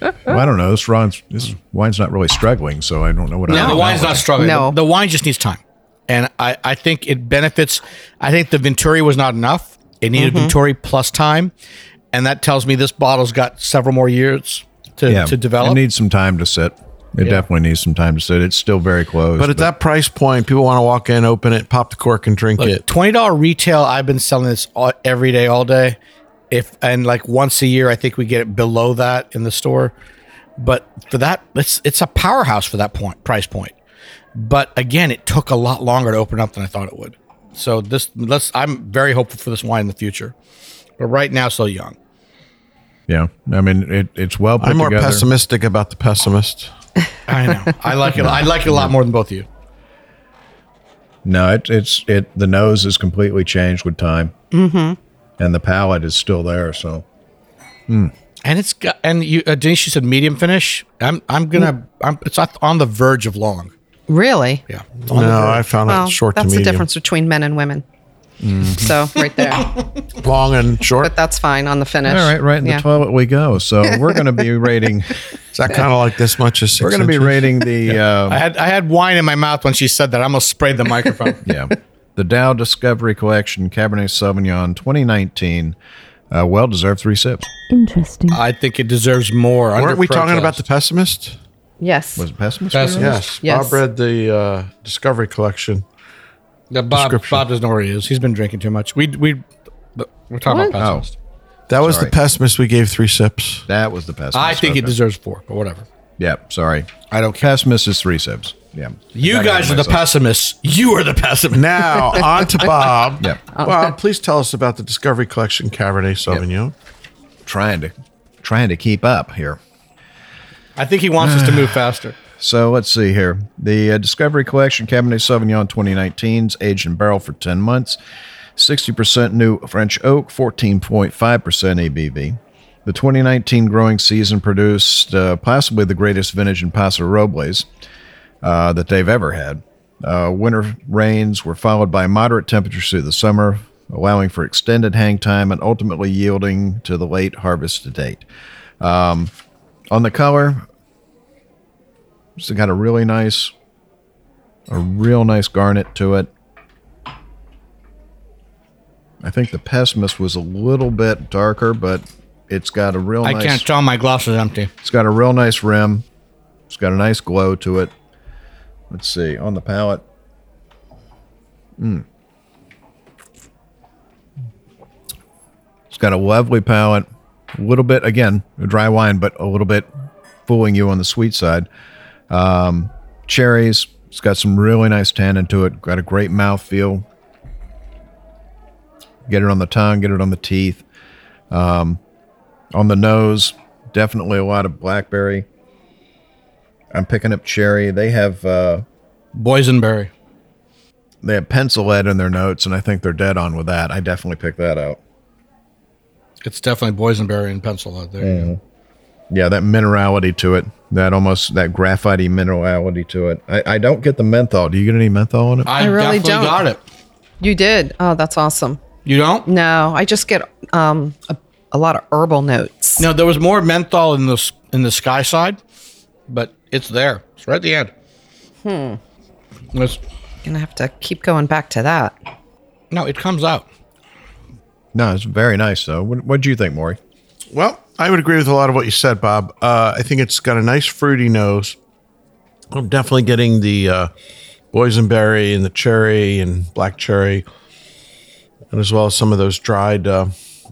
[SPEAKER 3] Well, I don't know. This, Ron's, this wine's not really struggling, so I don't know what I
[SPEAKER 5] no the
[SPEAKER 3] don't
[SPEAKER 5] wine's
[SPEAKER 3] know.
[SPEAKER 5] not struggling
[SPEAKER 6] No.
[SPEAKER 5] the, the wine just needs time and I, I think it benefits. I think the Venturi was not enough. It needed Venturi plus time, and that tells me this bottle's got several more years to, to develop.
[SPEAKER 3] It needs some time to sit. It definitely needs some time to sit. It's still very close.
[SPEAKER 4] But at that price point, people want to walk in, open it, pop the cork, and drink
[SPEAKER 5] Look,
[SPEAKER 4] it.
[SPEAKER 5] twenty dollar retail. I've been selling this all, every day, all day. If and like once a year, I think we get it below that in the store. But for that, it's it's a powerhouse for that point price point. But again, it took a lot longer to open up than I thought it would. So this, let's. I'm very hopeful for this wine in the future. But right now, so young.
[SPEAKER 3] yeah, I mean, it, it's well put
[SPEAKER 4] I'm more
[SPEAKER 3] together.
[SPEAKER 4] pessimistic about the pessimist.
[SPEAKER 5] I know. I like it. I like it a lot more than both of you.
[SPEAKER 3] No, it, it's it. The nose is completely changed with time, mm-hmm. and the palate is still there. So
[SPEAKER 5] And it's got and you, uh, Denise, you said medium finish. I'm I'm gonna. I'm, it's on the verge of long.
[SPEAKER 6] Really?
[SPEAKER 5] Yeah.
[SPEAKER 4] No, I found
[SPEAKER 6] Well,
[SPEAKER 4] it short to
[SPEAKER 6] that's the
[SPEAKER 4] medium,
[SPEAKER 6] difference between men and women.
[SPEAKER 5] Mm-hmm.
[SPEAKER 6] So right
[SPEAKER 5] [laughs]
[SPEAKER 6] there,
[SPEAKER 4] long and short.
[SPEAKER 6] but that's fine on the finish.
[SPEAKER 3] all right, right in
[SPEAKER 6] yeah.
[SPEAKER 3] the toilet we go. So we're going to be rating.
[SPEAKER 4] Is that kind of like this much? Is
[SPEAKER 3] we're going to be
[SPEAKER 4] ready.
[SPEAKER 3] rating
[SPEAKER 5] [laughs]
[SPEAKER 3] the. Um,
[SPEAKER 5] I had I had wine in my mouth when she said that. I almost sprayed the microphone.
[SPEAKER 3] yeah. The Dow Discovery Collection Cabernet Sauvignon 2019. Uh, well deserved three sips.
[SPEAKER 5] [laughs]
[SPEAKER 9] Interesting.
[SPEAKER 5] I think it deserves more.
[SPEAKER 4] Weren't we talking about the pessimist?
[SPEAKER 6] Yes.
[SPEAKER 3] Was it pessimist?
[SPEAKER 4] Yes.
[SPEAKER 5] Pessimist.
[SPEAKER 6] Yes.
[SPEAKER 4] Bob read the uh, Discovery collection.
[SPEAKER 5] the Bob?
[SPEAKER 4] description?
[SPEAKER 5] Bob doesn't know where he is. He's been drinking too much. We we we're talking
[SPEAKER 6] What?
[SPEAKER 5] about pessimist.
[SPEAKER 4] That was
[SPEAKER 3] Sorry.
[SPEAKER 4] the pessimist we gave three sips.
[SPEAKER 3] That was the pessimist.
[SPEAKER 5] I think
[SPEAKER 3] okay.
[SPEAKER 5] it deserves four, but whatever.
[SPEAKER 3] Yeah, sorry. I don't care. Pessimist is three sips. Yeah.
[SPEAKER 5] You
[SPEAKER 3] I got
[SPEAKER 5] guys are the
[SPEAKER 3] myself.
[SPEAKER 5] pessimists. You are the
[SPEAKER 4] [laughs]
[SPEAKER 5] pessimist.
[SPEAKER 4] Now, on to Bob.
[SPEAKER 3] Yeah.
[SPEAKER 6] Uh,
[SPEAKER 4] Bob, please tell us about the Discovery collection Cabernet Sauvignon.
[SPEAKER 3] Trying to trying to keep up here.
[SPEAKER 5] I think he wants us to move [sighs] faster.
[SPEAKER 3] So let's see here. The uh, Discovery Collection Cabernet Sauvignon 2019's aged in barrel for 10 months, 60% new French oak, 14.5% ABV. The 2019 growing season produced uh, possibly the greatest vintage in Paso Robles uh, that they've ever had. Uh, winter rains were followed by moderate temperatures through the summer, allowing for extended hang time and ultimately yielding to the late harvest to date. Um, on the color, it's got a really nice, a real nice garnet to it. I think the pessimist was a little bit darker, but it's got a real
[SPEAKER 5] I
[SPEAKER 3] nice.
[SPEAKER 5] can't tell. My glass is empty.
[SPEAKER 3] It's got a real nice rim. It's got a nice glow to it. Let's see on the palate. Hmm. Mm. It's got a lovely palate. A little bit again, a dry wine, but a little bit fooling you on the sweet side. Um, cherries. It's got some really nice tannin to it. Got a great mouth feel. Get it on the tongue. Get it on the teeth on the nose definitely a lot of blackberry i'm picking up cherry they have uh
[SPEAKER 5] Boysenberry.
[SPEAKER 3] they have pencil lead in their notes and i think they're dead on with that i definitely picked that out
[SPEAKER 5] It's definitely boysenberry and pencil out there.
[SPEAKER 3] yeah that minerality to it that almost that graphitey minerality to it i, I don't get the menthol do you get any menthol in it
[SPEAKER 5] I,
[SPEAKER 6] I
[SPEAKER 5] definitely
[SPEAKER 6] really don't.
[SPEAKER 5] got it.
[SPEAKER 6] You did. Oh, that's awesome.
[SPEAKER 5] You don't?
[SPEAKER 6] No, I just get um, a, a lot of herbal notes.
[SPEAKER 5] No, there was more menthol in the in the sky side, but it's there. It's right at the end. Hmm. It's,
[SPEAKER 6] Gonna have to keep going back to that.
[SPEAKER 5] no, it comes out.
[SPEAKER 3] no it's very nice though what what do you think maury
[SPEAKER 4] Well, I would agree with a lot of what you said, Bob. Uh, I think it's got a nice fruity nose. I'm definitely getting the uh, boysenberry and the cherry and black cherry, and as well as some of those dried uh,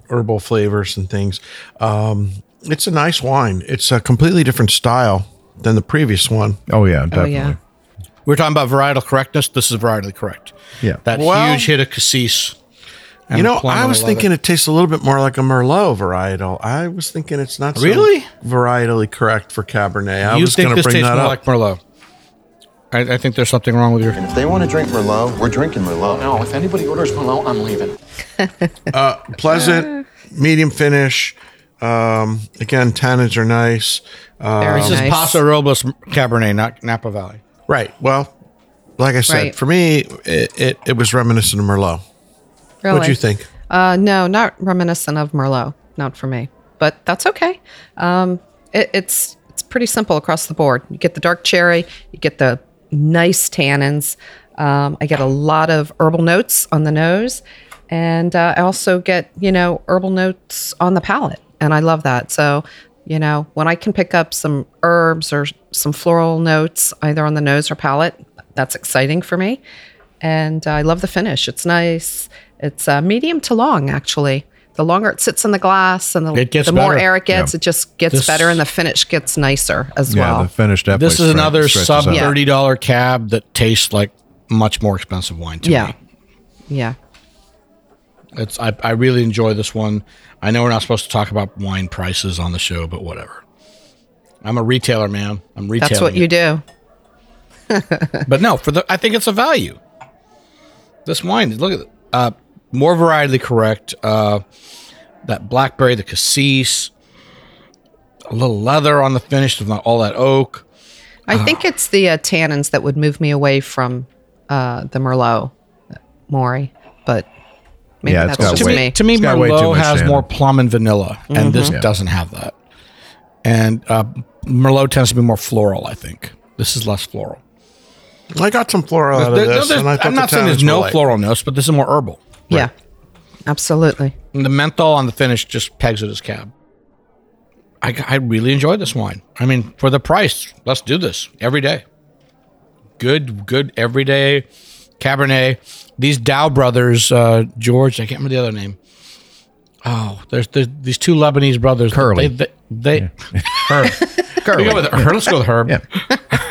[SPEAKER 4] herbal flavors and things. Um, it's a nice wine. It's a completely different style than the previous one.
[SPEAKER 3] oh yeah definitely
[SPEAKER 6] yeah.
[SPEAKER 5] We were talking about varietal correctness. This is varietally correct.
[SPEAKER 3] Yeah.
[SPEAKER 5] That
[SPEAKER 4] Well-
[SPEAKER 5] huge hit of cassis. and
[SPEAKER 4] you know,
[SPEAKER 5] plum,
[SPEAKER 4] I
[SPEAKER 5] and
[SPEAKER 4] was
[SPEAKER 5] love it.
[SPEAKER 4] thinking it. tastes a little bit more like a Merlot varietal. I was thinking it's not so
[SPEAKER 5] Really?
[SPEAKER 4] varietally correct for Cabernet. I
[SPEAKER 5] you
[SPEAKER 4] was
[SPEAKER 5] think
[SPEAKER 4] going to
[SPEAKER 5] this
[SPEAKER 4] bring
[SPEAKER 5] tastes
[SPEAKER 4] that
[SPEAKER 5] more
[SPEAKER 4] up.
[SPEAKER 5] like Merlot. I, I think there's something wrong with your.
[SPEAKER 10] If they want to drink Merlot, we're drinking Merlot. No, if anybody orders Merlot, I'm leaving.
[SPEAKER 4] pleasant, medium finish. Um, again, tannins are nice. Uh,
[SPEAKER 6] Very
[SPEAKER 5] This is
[SPEAKER 6] nice.
[SPEAKER 5] Paso Robles Cabernet, not Napa Valley.
[SPEAKER 4] Right. Well, like I said,
[SPEAKER 6] Right.
[SPEAKER 4] for me, it, it, it was reminiscent of Merlot.
[SPEAKER 6] Really?
[SPEAKER 4] What do you think?
[SPEAKER 6] Uh, no, not reminiscent of Merlot. Not for me, but that's okay. Um, it, it's it's pretty simple across the board. You get the dark cherry, you get the nice tannins, Um, I get a lot of herbal notes on the nose, and uh, I also get you know herbal notes on the palate, and I love that. So you know when I can pick up some herbs or some floral notes either on the nose or palate, that's exciting for me. And I love the finish. It's nice. It's uh, medium to long actually. The longer it sits in the glass, and the,
[SPEAKER 5] It gets
[SPEAKER 6] the more
[SPEAKER 5] better.
[SPEAKER 6] air it gets,
[SPEAKER 3] Yeah.
[SPEAKER 6] it just gets
[SPEAKER 5] This-
[SPEAKER 6] better, and the finish gets nicer as
[SPEAKER 3] Yeah,
[SPEAKER 6] well.
[SPEAKER 3] the finished up.
[SPEAKER 5] This is another sub
[SPEAKER 6] out.
[SPEAKER 5] thirty dollar cab that tastes like much more expensive wine to
[SPEAKER 6] yeah,
[SPEAKER 5] me.
[SPEAKER 6] yeah.
[SPEAKER 5] It's I, I really enjoy this one. I know we're not supposed to talk about wine prices on the show, but whatever. I'm a retailer, man. I'm retailing.
[SPEAKER 6] That's what
[SPEAKER 5] it.
[SPEAKER 6] you do.
[SPEAKER 5] [laughs] But no, for the I think it's a value. This wine, look at it. Uh, more varietally correct. Uh, that blackberry, the cassis, a little leather on the finish, if not all that oak.
[SPEAKER 6] I think
[SPEAKER 5] Ah.
[SPEAKER 6] it's the uh, tannins that would move me away from uh, the Merlot, uh, Maury, but maybe
[SPEAKER 3] Yeah, it's
[SPEAKER 6] that's
[SPEAKER 3] got
[SPEAKER 6] just
[SPEAKER 3] weight.
[SPEAKER 6] me.
[SPEAKER 5] To me,
[SPEAKER 3] It's got way too
[SPEAKER 5] Merlot
[SPEAKER 3] much
[SPEAKER 5] has
[SPEAKER 3] tannin.
[SPEAKER 5] more plum and vanilla,
[SPEAKER 6] Mm-hmm.
[SPEAKER 5] and this doesn't have that. And uh, Merlot tends to be more floral, I think. This is less floral.
[SPEAKER 4] I got some floral out of
[SPEAKER 5] There- no,
[SPEAKER 4] this.
[SPEAKER 5] there's-
[SPEAKER 4] and I thought
[SPEAKER 5] I'm
[SPEAKER 4] the
[SPEAKER 5] not saying
[SPEAKER 4] tannins
[SPEAKER 5] there's
[SPEAKER 4] were
[SPEAKER 5] no
[SPEAKER 4] light.
[SPEAKER 5] floral notes, but this is more herbal.
[SPEAKER 6] Yeah, absolutely.
[SPEAKER 5] And the menthol on the finish just pegs at his cab. I, I really enjoy this wine. I mean, for the price, let's do this every day. Good, good everyday Cabernet. These Dow brothers, uh, George, I can't remember the other name. Oh, there's, there's these two Lebanese brothers.
[SPEAKER 3] Curly.
[SPEAKER 5] They, they, they
[SPEAKER 4] [laughs]
[SPEAKER 3] Herb.
[SPEAKER 5] [laughs] we go with Herb. Let's go with Herb.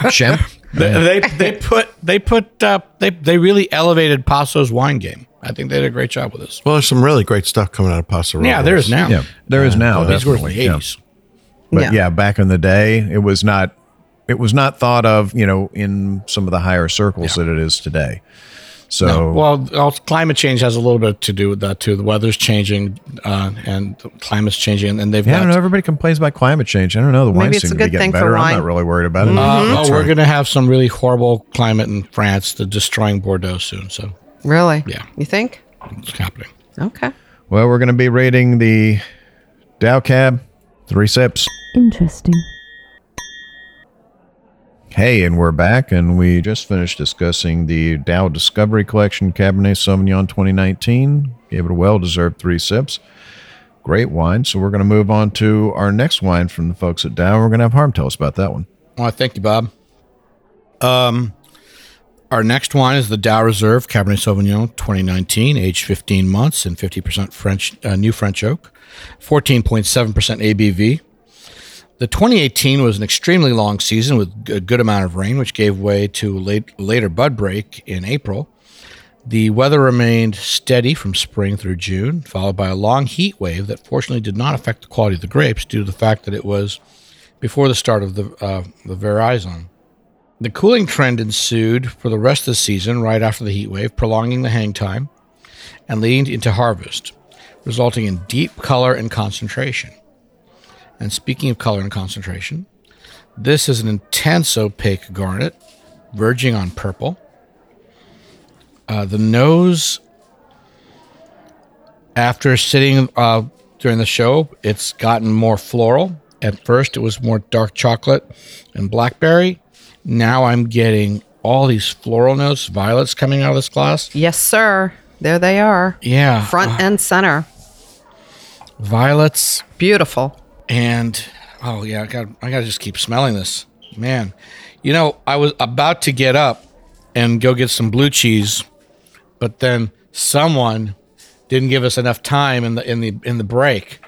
[SPEAKER 3] Shemp. Yeah.
[SPEAKER 5] They, they put they put uh, they they really elevated Paso's wine game. I think they did a great job with this.
[SPEAKER 4] Well, there's some really great stuff coming out of Paso Robles.
[SPEAKER 5] Yeah, there is now.
[SPEAKER 3] Yeah, there is now.
[SPEAKER 5] Oh, these were in
[SPEAKER 3] definitely,
[SPEAKER 5] the
[SPEAKER 3] yeah.
[SPEAKER 5] eighties.
[SPEAKER 3] But
[SPEAKER 6] Yeah.
[SPEAKER 3] yeah. back in the day, it was not it was not thought of, you know, in some of the higher circles that it is today. So
[SPEAKER 5] Well, also, climate change has a little bit to do with that too. The weather's changing, uh, and the climate's changing, and they've
[SPEAKER 3] yeah, I
[SPEAKER 5] got.
[SPEAKER 3] don't know. Everybody complains about climate change. I don't know. The wine
[SPEAKER 6] Maybe it's
[SPEAKER 3] seems
[SPEAKER 6] a
[SPEAKER 3] to be
[SPEAKER 6] good
[SPEAKER 3] getting
[SPEAKER 6] thing for Mm-hmm.
[SPEAKER 3] better. I'm
[SPEAKER 6] wine.
[SPEAKER 3] not really worried about it.
[SPEAKER 5] Uh, oh, we're
[SPEAKER 3] right.
[SPEAKER 5] going to have some really horrible climate in France that's destroying Bordeaux soon. So
[SPEAKER 6] Really?
[SPEAKER 5] Yeah.
[SPEAKER 6] You think?
[SPEAKER 5] it's happening.
[SPEAKER 6] Okay.
[SPEAKER 3] Well, we're going to be rating the Dow Cab three sips.
[SPEAKER 8] Interesting.
[SPEAKER 3] Hey, and we're back, and we just finished discussing the Dow Discovery Collection Cabernet Sauvignon 2019. Gave it a well deserved three sips. Great wine. So, we're going to move on to our next wine from the folks at Dow. We're going to have Harm tell us about that one.
[SPEAKER 5] Well, thank you, Bob. Um, our next wine is the Dow Reserve Cabernet Sauvignon 2019, aged 15 months and 50% French, uh, new French oak, 14.7% ABV. The 2018 was an extremely long season with a good amount of rain, which gave way to late later bud break in April. The weather remained steady from spring through June, followed by a long heat wave that fortunately did not affect the quality of the grapes due to the fact that it was before the start of the uh, the Verizon. The cooling trend ensued for the rest of the season right after the heat wave, prolonging the hang time and leading into harvest, resulting in deep color and concentration. And speaking of color and concentration, this is an intense opaque garnet, verging on purple. Uh, the nose, after sitting uh, during the show, it's gotten more floral. At first, it was more dark chocolate and blackberry. Now I'm getting all these floral notes, violets coming out of this glass.
[SPEAKER 6] Yes, sir. There they are.
[SPEAKER 5] Yeah. Ah. uh,
[SPEAKER 6] Front and center.
[SPEAKER 5] Violets,
[SPEAKER 6] Beautiful.
[SPEAKER 5] and oh yeah, I got I got to just keep smelling this, man. You know, I was about to get up and go get some blue cheese, but then someone didn't give us enough time in the in the in the break.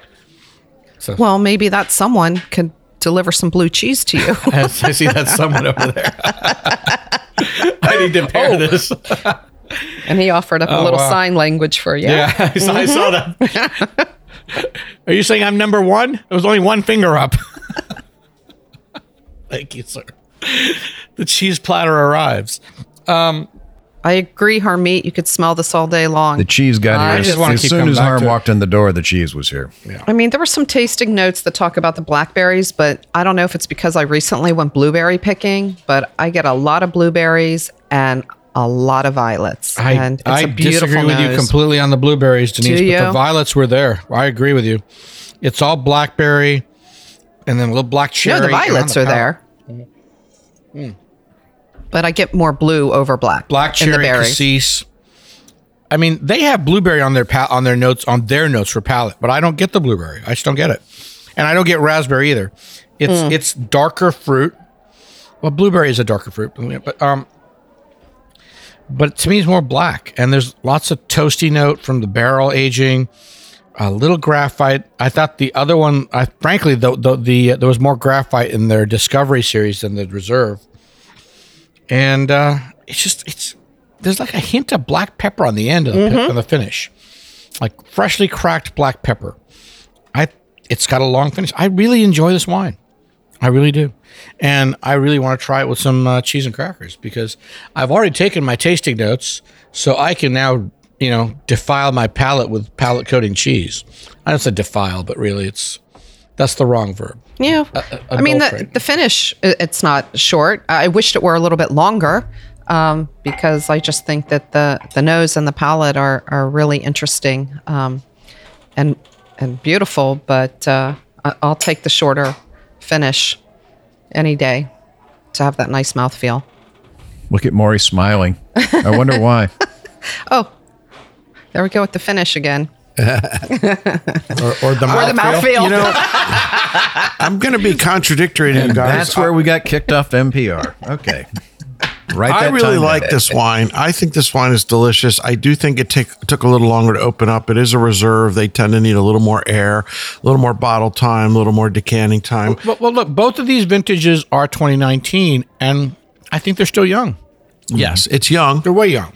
[SPEAKER 6] Well, maybe that someone could deliver some blue cheese to
[SPEAKER 5] [laughs]
[SPEAKER 6] you.
[SPEAKER 5] I see that someone over there. [laughs] I need to pair this.
[SPEAKER 6] and he offered up a little
[SPEAKER 5] Oh, wow.
[SPEAKER 6] sign language for you.
[SPEAKER 5] Yeah, [laughs] I saw, I saw that. Are you saying I'm number one? It was only one finger up. [laughs] Thank you, sir. The cheese platter arrives.
[SPEAKER 6] I agree, Harmeet. You could smell this all day long.
[SPEAKER 3] The cheese got
[SPEAKER 6] I
[SPEAKER 3] here.
[SPEAKER 5] just
[SPEAKER 3] as-
[SPEAKER 5] wanna
[SPEAKER 3] as
[SPEAKER 5] keep
[SPEAKER 3] soon
[SPEAKER 5] coming
[SPEAKER 3] as
[SPEAKER 5] back
[SPEAKER 3] Harm
[SPEAKER 5] to it.
[SPEAKER 3] walked in the door, the cheese was here.
[SPEAKER 6] I mean, there were some tasting notes that talk about the blackberries, but I don't know if it's because I recently went blueberry picking, but I get a lot of blueberries and a lot of violets. and it's
[SPEAKER 5] I
[SPEAKER 6] a beautiful
[SPEAKER 5] disagree with you
[SPEAKER 6] nose.
[SPEAKER 5] completely on the blueberries, Denise,
[SPEAKER 6] Do
[SPEAKER 5] but the
[SPEAKER 6] you?
[SPEAKER 5] violets were there. I agree with you. It's all blackberry and then a little black cherry.
[SPEAKER 6] No, the
[SPEAKER 5] and on
[SPEAKER 6] violets are
[SPEAKER 5] top-
[SPEAKER 6] there. but I get more blue over black.
[SPEAKER 5] black
[SPEAKER 6] in the
[SPEAKER 5] cherry
[SPEAKER 6] berry.
[SPEAKER 5] cassis. I mean, they have blueberry on their pa- on their notes on their notes for palate, but I don't get the blueberry. I just don't get it, and I don't get raspberry either. It's
[SPEAKER 6] Hmm.
[SPEAKER 5] it's darker fruit. Well, blueberry is a darker fruit, but um, but to me, it's more black. And there's lots of toasty note from the barrel aging. A little graphite. I thought the other one. I frankly, the the, the there was more graphite in their Discovery series than the Reserve and uh, it's just it's there's like a hint of black pepper on the end of the, pi- of the finish, like freshly cracked black pepper. I it's got a long finish. I really enjoy this wine, I really do, and I really want to try it with some uh, cheese and crackers because I've already taken my tasting notes, so I can now you know defile my palate with palate coating cheese. I don't say defile, but really it's that's the wrong verb.
[SPEAKER 6] Yeah. I mean, the,
[SPEAKER 5] adulterate.
[SPEAKER 6] the finish, i- it's not short. I wished it were a little bit longer um, because I just think that the, the nose and the palate are, are really interesting um, and, and beautiful, but uh, I- I'll take the shorter finish any day to have that nice mouthfeel.
[SPEAKER 3] Look at Maury smiling. I wonder why.
[SPEAKER 6] There we go with the finish again.
[SPEAKER 5] [laughs] Or, or the
[SPEAKER 6] Or the mouthfeel.
[SPEAKER 4] You know, I'm going to be contradictory to you
[SPEAKER 3] And
[SPEAKER 4] guys.
[SPEAKER 3] that's where we got kicked off the NPR. [laughs] Okay. Right.
[SPEAKER 4] I
[SPEAKER 3] that
[SPEAKER 4] really
[SPEAKER 3] time
[SPEAKER 4] like
[SPEAKER 3] down.
[SPEAKER 4] this wine. I think this wine is delicious. I do think it take, took a little longer to open up. It is a reserve. They tend to need a little more air, a little more bottle time, a little more decanting time.
[SPEAKER 5] Well, well, look, both of these vintages are 2019, and I think they're still young.
[SPEAKER 4] Yes, it's young.
[SPEAKER 5] They're way young.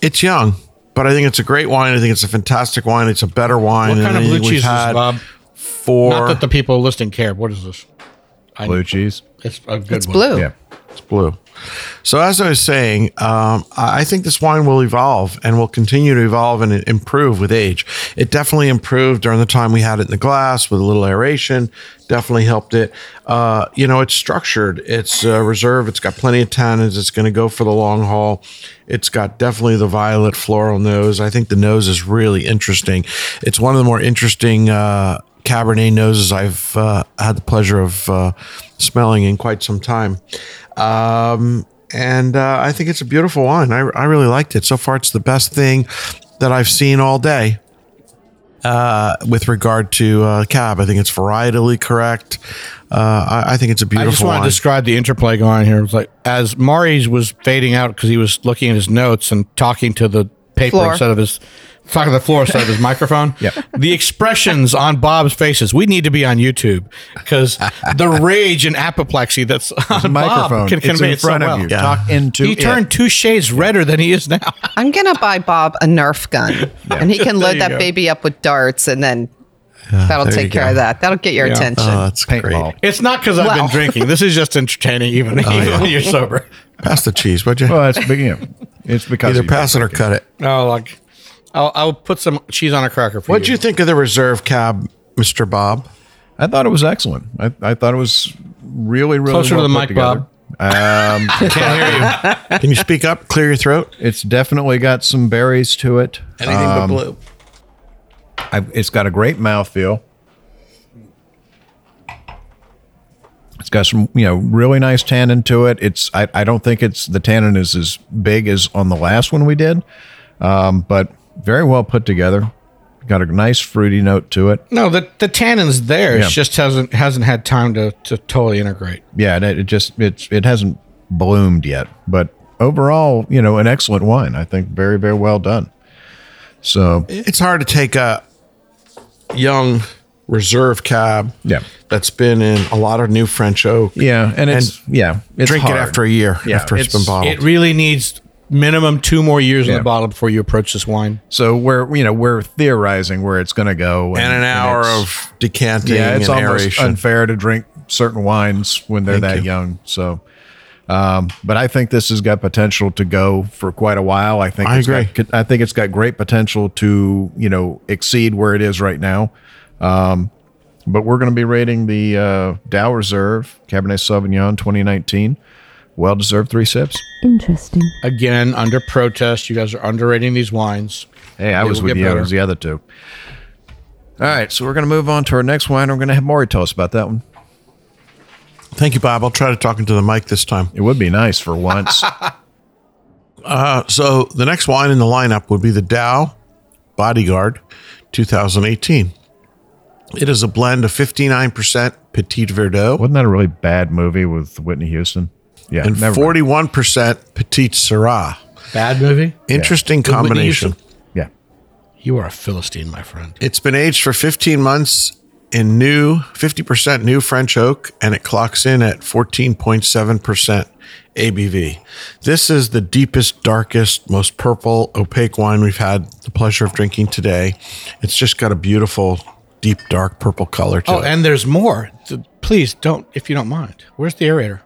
[SPEAKER 4] It's young, but I think it's a great wine. I think it's a fantastic wine. It's a better wine
[SPEAKER 5] What
[SPEAKER 4] than
[SPEAKER 5] kind of blue
[SPEAKER 4] anything
[SPEAKER 5] cheese
[SPEAKER 4] we've
[SPEAKER 5] is this,
[SPEAKER 4] had
[SPEAKER 5] Bob? Not
[SPEAKER 4] for
[SPEAKER 5] that the people listening care. What is this? I,
[SPEAKER 3] blue cheese.
[SPEAKER 5] It's a good
[SPEAKER 6] It's
[SPEAKER 5] one.
[SPEAKER 6] blue.
[SPEAKER 3] Yeah.
[SPEAKER 4] blue. So as I was saying, um, I I think this wine will evolve and will continue to evolve and improve with age. It definitely improved during the time we had it in the glass with a little aeration. Definitely helped it. Uh, you know, it's structured. It's uh, reserve. It's got plenty of tannins. It's going to go for the long haul. It's got definitely the violet floral nose. I think the nose is really interesting. It's one of the more interesting. Uh, Cabernet noses I've uh, had the pleasure of uh, smelling in quite some time. Um, and uh, I think it's a beautiful wine. I, I really liked it. So far, it's the best thing that I've seen all day uh, with regard to uh, cab. I think it's varietally correct. Uh, I, I think it's a
[SPEAKER 5] I just
[SPEAKER 4] beautiful
[SPEAKER 5] want
[SPEAKER 4] wine.
[SPEAKER 5] to describe the interplay going on here. It was like as Mari's was fading out because he was looking at his notes and talking to the paper
[SPEAKER 6] Floor.
[SPEAKER 5] instead of his talking to the floor instead of his
[SPEAKER 3] [laughs]
[SPEAKER 5] microphone.
[SPEAKER 3] Yep.
[SPEAKER 5] The expressions on Bob's faces. We need to be on YouTube because
[SPEAKER 3] [laughs]
[SPEAKER 5] the rage and apoplexy that's on
[SPEAKER 3] The microphone.
[SPEAKER 5] Bob can
[SPEAKER 3] it's
[SPEAKER 5] convey
[SPEAKER 3] in
[SPEAKER 5] it so
[SPEAKER 3] front
[SPEAKER 5] well.
[SPEAKER 3] of you. Talk into
[SPEAKER 5] He
[SPEAKER 3] it.
[SPEAKER 5] turned two shades redder than he is now.
[SPEAKER 6] I'm going to buy Bob a Nerf gun and
[SPEAKER 5] [laughs]
[SPEAKER 6] he can
[SPEAKER 5] you
[SPEAKER 6] load that
[SPEAKER 5] go.
[SPEAKER 6] baby up with darts and then that'll
[SPEAKER 4] there you
[SPEAKER 6] take care of
[SPEAKER 4] go.
[SPEAKER 6] that. That'll get your
[SPEAKER 5] Yeah.
[SPEAKER 6] attention.
[SPEAKER 4] Oh, that's great.
[SPEAKER 3] paintball.
[SPEAKER 5] [laughs] It's not because I've
[SPEAKER 6] Well.
[SPEAKER 5] been drinking. This is just entertaining, even, [laughs] even when you're sober.
[SPEAKER 4] Pass the cheese, would you?
[SPEAKER 3] Well, it's begin. It's because
[SPEAKER 4] Either
[SPEAKER 3] of you.
[SPEAKER 4] pass it or cut it.
[SPEAKER 5] No, like Oh, I'll, I'll put some cheese on a cracker for
[SPEAKER 4] What'd
[SPEAKER 5] you.
[SPEAKER 4] you think of the reserve cab, Mr. Bob?
[SPEAKER 3] I thought it was excellent. I, I thought it was really, really
[SPEAKER 5] Closer
[SPEAKER 3] well
[SPEAKER 5] to the
[SPEAKER 3] put
[SPEAKER 5] mic,
[SPEAKER 3] together. Um,
[SPEAKER 5] [laughs] Can't hear you.
[SPEAKER 4] Can you speak up? Clear your throat.
[SPEAKER 3] it's definitely got some berries to it. Um,
[SPEAKER 4] Anything but blue.
[SPEAKER 3] I, it's got a great mouthfeel. It's got some, you know, really nice tannin to it. It's I, I don't think it's the tannin is as big as on the last one we did, um, but very well put together. Got a nice fruity note to it.
[SPEAKER 5] No, the the tannin's there.
[SPEAKER 3] Yeah.
[SPEAKER 5] It just hasn't hasn't had time to to totally integrate.
[SPEAKER 3] Yeah, and it, it just it's it hasn't bloomed yet, but overall, you know, an excellent wine. I think very very well done. So
[SPEAKER 4] [laughs] It's hard to take a young reserve cab
[SPEAKER 3] Yeah.
[SPEAKER 4] that's been in a lot of new French oak.
[SPEAKER 3] yeah, and it's yeah, it's
[SPEAKER 4] drink
[SPEAKER 3] hard.
[SPEAKER 4] it after a year
[SPEAKER 3] Yeah,
[SPEAKER 4] after it's been
[SPEAKER 3] it's-
[SPEAKER 4] bottled.
[SPEAKER 5] It really needs minimum two more years in
[SPEAKER 3] Yeah.
[SPEAKER 5] the bottle before you approach this wine.
[SPEAKER 3] So we're you know we're theorizing where it's going to go,
[SPEAKER 4] and an hour
[SPEAKER 3] it's-
[SPEAKER 4] of decanting
[SPEAKER 3] yeah, it's
[SPEAKER 4] and
[SPEAKER 3] almost
[SPEAKER 4] aeration.
[SPEAKER 3] unfair to drink certain wines when they're
[SPEAKER 4] Thank
[SPEAKER 3] that
[SPEAKER 4] you.
[SPEAKER 3] young. So, um, but I think this has got potential to go for quite a while. I think
[SPEAKER 4] I
[SPEAKER 3] it's
[SPEAKER 4] agree.
[SPEAKER 3] Got, I think it's got great potential to you know exceed where it is right now. Um, but we're going to be rating the uh, Dow Reserve Cabernet Sauvignon 2019. Well deserved three sips.
[SPEAKER 8] Interesting.
[SPEAKER 5] Again, under protest, you guys are underrating these wines.
[SPEAKER 3] Hey, I
[SPEAKER 5] It
[SPEAKER 3] was
[SPEAKER 5] will
[SPEAKER 3] with
[SPEAKER 5] get
[SPEAKER 3] you. I
[SPEAKER 5] better.
[SPEAKER 3] was the other two. All right, so we're going to move on to our next wine. We're going to have Maury tell us about that one.
[SPEAKER 4] Thank you, Bob. I'll try to talk into the mic this time.
[SPEAKER 3] It would be nice for
[SPEAKER 5] [laughs]
[SPEAKER 3] once.
[SPEAKER 4] Uh, so the next wine in the lineup would be the Dow Bodyguard 2018. It is a blend of 59% Petit Verdot
[SPEAKER 3] Wasn't that a really bad movie with Whitney Houston? Yeah,
[SPEAKER 4] and
[SPEAKER 3] never mind.
[SPEAKER 4] 41% Petit Syrah.
[SPEAKER 5] Bad movie?
[SPEAKER 4] Interesting
[SPEAKER 5] Whitney
[SPEAKER 4] combination.
[SPEAKER 5] Houston.
[SPEAKER 3] Yeah,
[SPEAKER 5] You are a Philistine, my friend.
[SPEAKER 4] It's been aged for 15 months in new 50% new French oak and it clocks in at 14.7% ABV. This is the deepest, darkest, most purple, opaque wine we've had the pleasure of drinking today. It's just got a beautiful deep dark purple color to
[SPEAKER 5] Oh,
[SPEAKER 4] it.
[SPEAKER 5] and there's more. Th- Please don't, if you don't mind. Where's the aerator?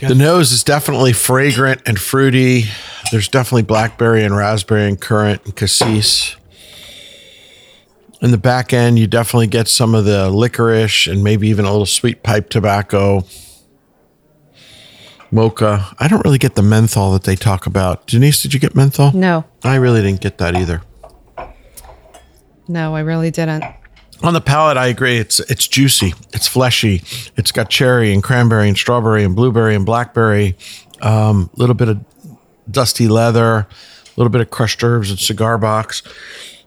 [SPEAKER 4] The nose is definitely fragrant and fruity. There's definitely blackberry and raspberry and currant and cassis. In the back end, you definitely get some of the licorice and maybe even a little sweet pipe tobacco. Mocha. I don't really get the menthol that they talk about. Denise, did you get menthol?
[SPEAKER 6] No,
[SPEAKER 4] I really didn't get that either.
[SPEAKER 6] no, I really didn't.
[SPEAKER 4] On the palate, I agree. It's it's juicy. It's fleshy. It's got cherry and cranberry and strawberry and blueberry and blackberry. A um, little bit of dusty leather. A little bit of crushed herbs and cigar box.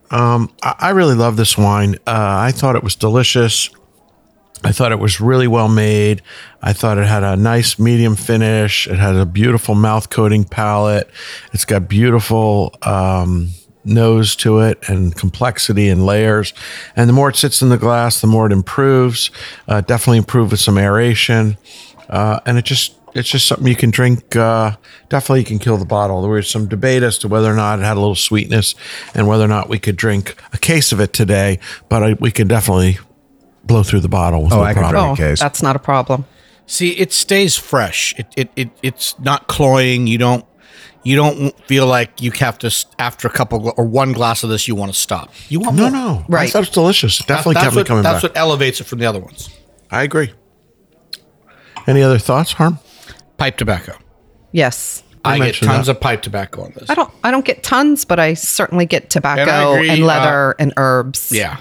[SPEAKER 4] Um, I, I really love this wine. Uh, I thought it was delicious. I thought it was really well made. I thought it had a nice medium finish. It had a beautiful mouth coating palette. It's got beautiful um, nose to it and complexity and layers. And the more it sits in the glass, the more it improves. Uh, definitely improved with some aeration. Uh, and it just it's just something you can drink. Uh, definitely, you can kill the bottle. There was some debate as to whether or not it had a little sweetness and whether or not we could drink a case of it today. But I, we could definitely blow through the bottle. With
[SPEAKER 3] Oh,
[SPEAKER 4] no
[SPEAKER 3] I could
[SPEAKER 4] problem.
[SPEAKER 3] drink.
[SPEAKER 6] Oh,
[SPEAKER 3] case.
[SPEAKER 6] that's not a problem.
[SPEAKER 5] See, it stays fresh. It, it, it it's not cloying. You don't you don't feel like you have to s- after a couple gla- or one glass of this you want to stop. You want
[SPEAKER 4] No,
[SPEAKER 5] more.
[SPEAKER 4] no,
[SPEAKER 6] Right.
[SPEAKER 4] I thought it was delicious. It definitely
[SPEAKER 5] that's
[SPEAKER 4] kept me
[SPEAKER 5] what,
[SPEAKER 4] coming
[SPEAKER 5] that's
[SPEAKER 4] back.
[SPEAKER 5] what elevates it from the other ones.
[SPEAKER 4] I agree. Any other thoughts, Harm?
[SPEAKER 5] Pipe tobacco.
[SPEAKER 6] Yes.
[SPEAKER 5] I get
[SPEAKER 4] mentioned
[SPEAKER 5] tons
[SPEAKER 4] that.
[SPEAKER 5] of pipe tobacco on this.
[SPEAKER 6] I don't I don't get tons, but I certainly get
[SPEAKER 5] And
[SPEAKER 6] tobacco
[SPEAKER 5] I
[SPEAKER 6] and,
[SPEAKER 5] agree, uh,
[SPEAKER 6] leather and herbs.
[SPEAKER 5] Yeah.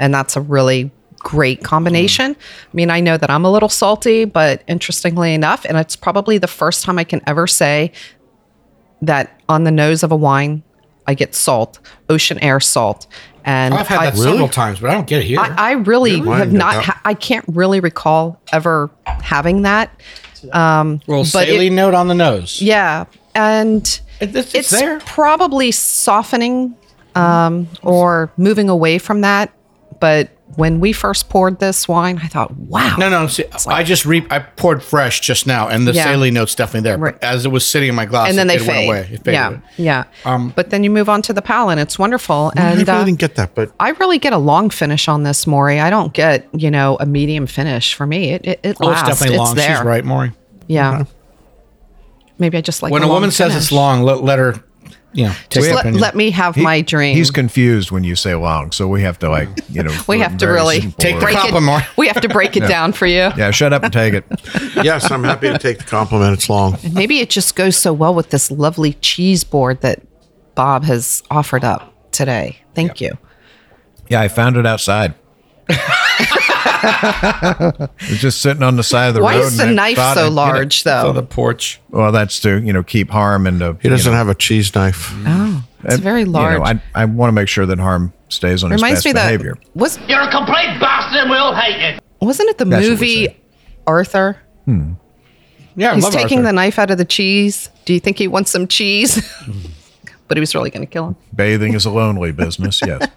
[SPEAKER 6] And that's a really great combination. I mean, I know that I'm a little salty, but interestingly enough, and it's probably the first time I can ever say that on the nose of a wine, I get salt, ocean air salt. And
[SPEAKER 5] I've had that several times, but I don't get it here.
[SPEAKER 6] I, I really
[SPEAKER 4] Really?
[SPEAKER 6] have not.
[SPEAKER 4] Wow.
[SPEAKER 6] Ha- I can't really recall ever having that.
[SPEAKER 5] well,
[SPEAKER 6] but it-
[SPEAKER 5] saline note on the nose.
[SPEAKER 6] Yeah, and
[SPEAKER 5] It- it's- it's
[SPEAKER 6] it's
[SPEAKER 5] there.
[SPEAKER 6] probably softening um, or moving away from that. But when we first poured this wine, I thought, wow,
[SPEAKER 5] No, no. See, I just re- I poured fresh just now, and the
[SPEAKER 6] Yeah.
[SPEAKER 5] saline note's definitely there.
[SPEAKER 6] Right.
[SPEAKER 5] But as it was sitting in my glass,
[SPEAKER 6] and then
[SPEAKER 5] it,
[SPEAKER 6] they
[SPEAKER 5] it
[SPEAKER 6] fade.
[SPEAKER 5] went away. It faded.
[SPEAKER 6] yeah, yeah.
[SPEAKER 5] Um,
[SPEAKER 6] but then you move on to the palate, and it's wonderful. And
[SPEAKER 4] I really
[SPEAKER 6] uh,
[SPEAKER 4] didn't get that, but
[SPEAKER 6] I really get a long finish on this, Maury. I don't get you know a medium finish for me. It it, it
[SPEAKER 5] Oh, it's
[SPEAKER 6] lasts.
[SPEAKER 5] definitely long.
[SPEAKER 6] there.
[SPEAKER 5] She's right, Maury.
[SPEAKER 6] Yeah. Maybe I just like
[SPEAKER 5] when a
[SPEAKER 6] long
[SPEAKER 5] woman says
[SPEAKER 6] finish.
[SPEAKER 5] it's long, let, let her, you know, take
[SPEAKER 6] Just
[SPEAKER 5] her
[SPEAKER 6] let,
[SPEAKER 5] opinion.
[SPEAKER 6] let me have
[SPEAKER 3] He-
[SPEAKER 6] my dream.
[SPEAKER 3] He's confused when you say long, so we have to like you know.
[SPEAKER 6] [laughs] we
[SPEAKER 3] do
[SPEAKER 6] have
[SPEAKER 3] it
[SPEAKER 6] to
[SPEAKER 3] very
[SPEAKER 6] really
[SPEAKER 3] simple
[SPEAKER 5] Take
[SPEAKER 3] words.
[SPEAKER 5] the credit.
[SPEAKER 6] break
[SPEAKER 5] compliment.
[SPEAKER 6] it. [laughs] We have
[SPEAKER 5] [laughs]
[SPEAKER 6] to break it down for you.
[SPEAKER 3] Yeah, shut up and take it.
[SPEAKER 4] yes, I'm happy to take the compliment. It's long.
[SPEAKER 6] Maybe it just goes so well with this lovely cheese board that Bob has offered up today. Thank you.
[SPEAKER 3] Yeah, I found it outside. [laughs] it's just sitting on the side of the
[SPEAKER 6] Why
[SPEAKER 3] road.
[SPEAKER 6] is the
[SPEAKER 3] and I
[SPEAKER 6] knife
[SPEAKER 3] thought
[SPEAKER 6] so
[SPEAKER 3] I'd get it.
[SPEAKER 6] large,
[SPEAKER 5] on
[SPEAKER 6] though?
[SPEAKER 5] the porch.
[SPEAKER 3] Well, that's to you know keep harm and uh, to,
[SPEAKER 4] He doesn't have a cheese knife.
[SPEAKER 5] Mm-hmm.
[SPEAKER 6] Oh, it's very large.
[SPEAKER 3] You know, I, I want to make sure that harm stays on
[SPEAKER 6] Reminds
[SPEAKER 3] his best
[SPEAKER 6] me that
[SPEAKER 3] behavior.
[SPEAKER 6] was
[SPEAKER 9] You're a complete bastard and we all hate you.
[SPEAKER 6] wasn't it the
[SPEAKER 3] That's what Hmm. we
[SPEAKER 6] movie
[SPEAKER 3] say.
[SPEAKER 6] Arthur?
[SPEAKER 5] Yeah, I
[SPEAKER 6] He's
[SPEAKER 5] love
[SPEAKER 6] taking the
[SPEAKER 5] Arthur.
[SPEAKER 6] knife out of the cheese. Do you think he wants some cheese? [laughs] but he was really going to kill him.
[SPEAKER 3] Bathing is a lonely business.
[SPEAKER 6] [laughs]
[SPEAKER 3] Yes.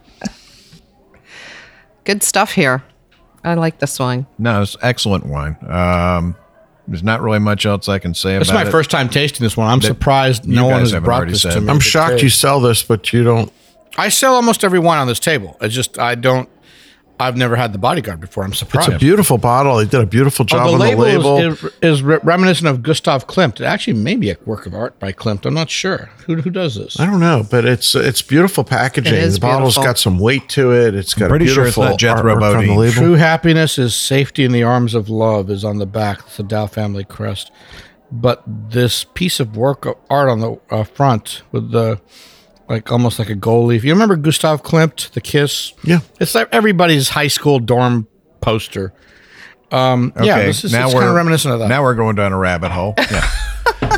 [SPEAKER 6] Good stuff here. I like this wine.
[SPEAKER 3] No, it's excellent wine. Um, there's not really much else I can say
[SPEAKER 5] It's
[SPEAKER 3] about
[SPEAKER 5] my
[SPEAKER 3] it.
[SPEAKER 5] first time tasting this one. I'm surprised no
[SPEAKER 3] guys
[SPEAKER 5] one has
[SPEAKER 3] haven't
[SPEAKER 5] brought
[SPEAKER 3] already
[SPEAKER 5] this to
[SPEAKER 3] said.
[SPEAKER 5] me.
[SPEAKER 4] I'm shocked you sell this, but you don't.
[SPEAKER 5] I sell almost every wine on this table. It's just I don't. I've never had the bodyguard before. I'm
[SPEAKER 4] It's
[SPEAKER 5] surprised.
[SPEAKER 4] a beautiful bottle. They did a beautiful
[SPEAKER 5] Oh,
[SPEAKER 4] job on the
[SPEAKER 5] is-
[SPEAKER 4] label.
[SPEAKER 5] is, is re- reminiscent of Gustav Klimt. It actually may be a work of art by Klimt. I'm not sure who who does this.
[SPEAKER 4] I don't know, but it's it's beautiful packaging.
[SPEAKER 6] It is
[SPEAKER 4] the bottle's
[SPEAKER 6] beautiful.
[SPEAKER 4] got some weight to it. It's got
[SPEAKER 3] pretty
[SPEAKER 4] a
[SPEAKER 3] sure it's
[SPEAKER 4] beautiful
[SPEAKER 3] not Jethro
[SPEAKER 4] artwork on the
[SPEAKER 3] Bodine.
[SPEAKER 4] label.
[SPEAKER 5] True happiness is safety in the arms of love is on the back. It's the Dow family crest. But this piece of work of art on the uh, front with the like almost like a gold leaf. You remember Gustav Klimt, The Kiss?
[SPEAKER 4] Yeah.
[SPEAKER 5] It's like everybody's high school dorm poster. Um, yeah, this is kind of reminiscent of that.
[SPEAKER 3] Now we're going down a rabbit
[SPEAKER 5] [laughs]
[SPEAKER 3] hole. Yeah.
[SPEAKER 4] Oh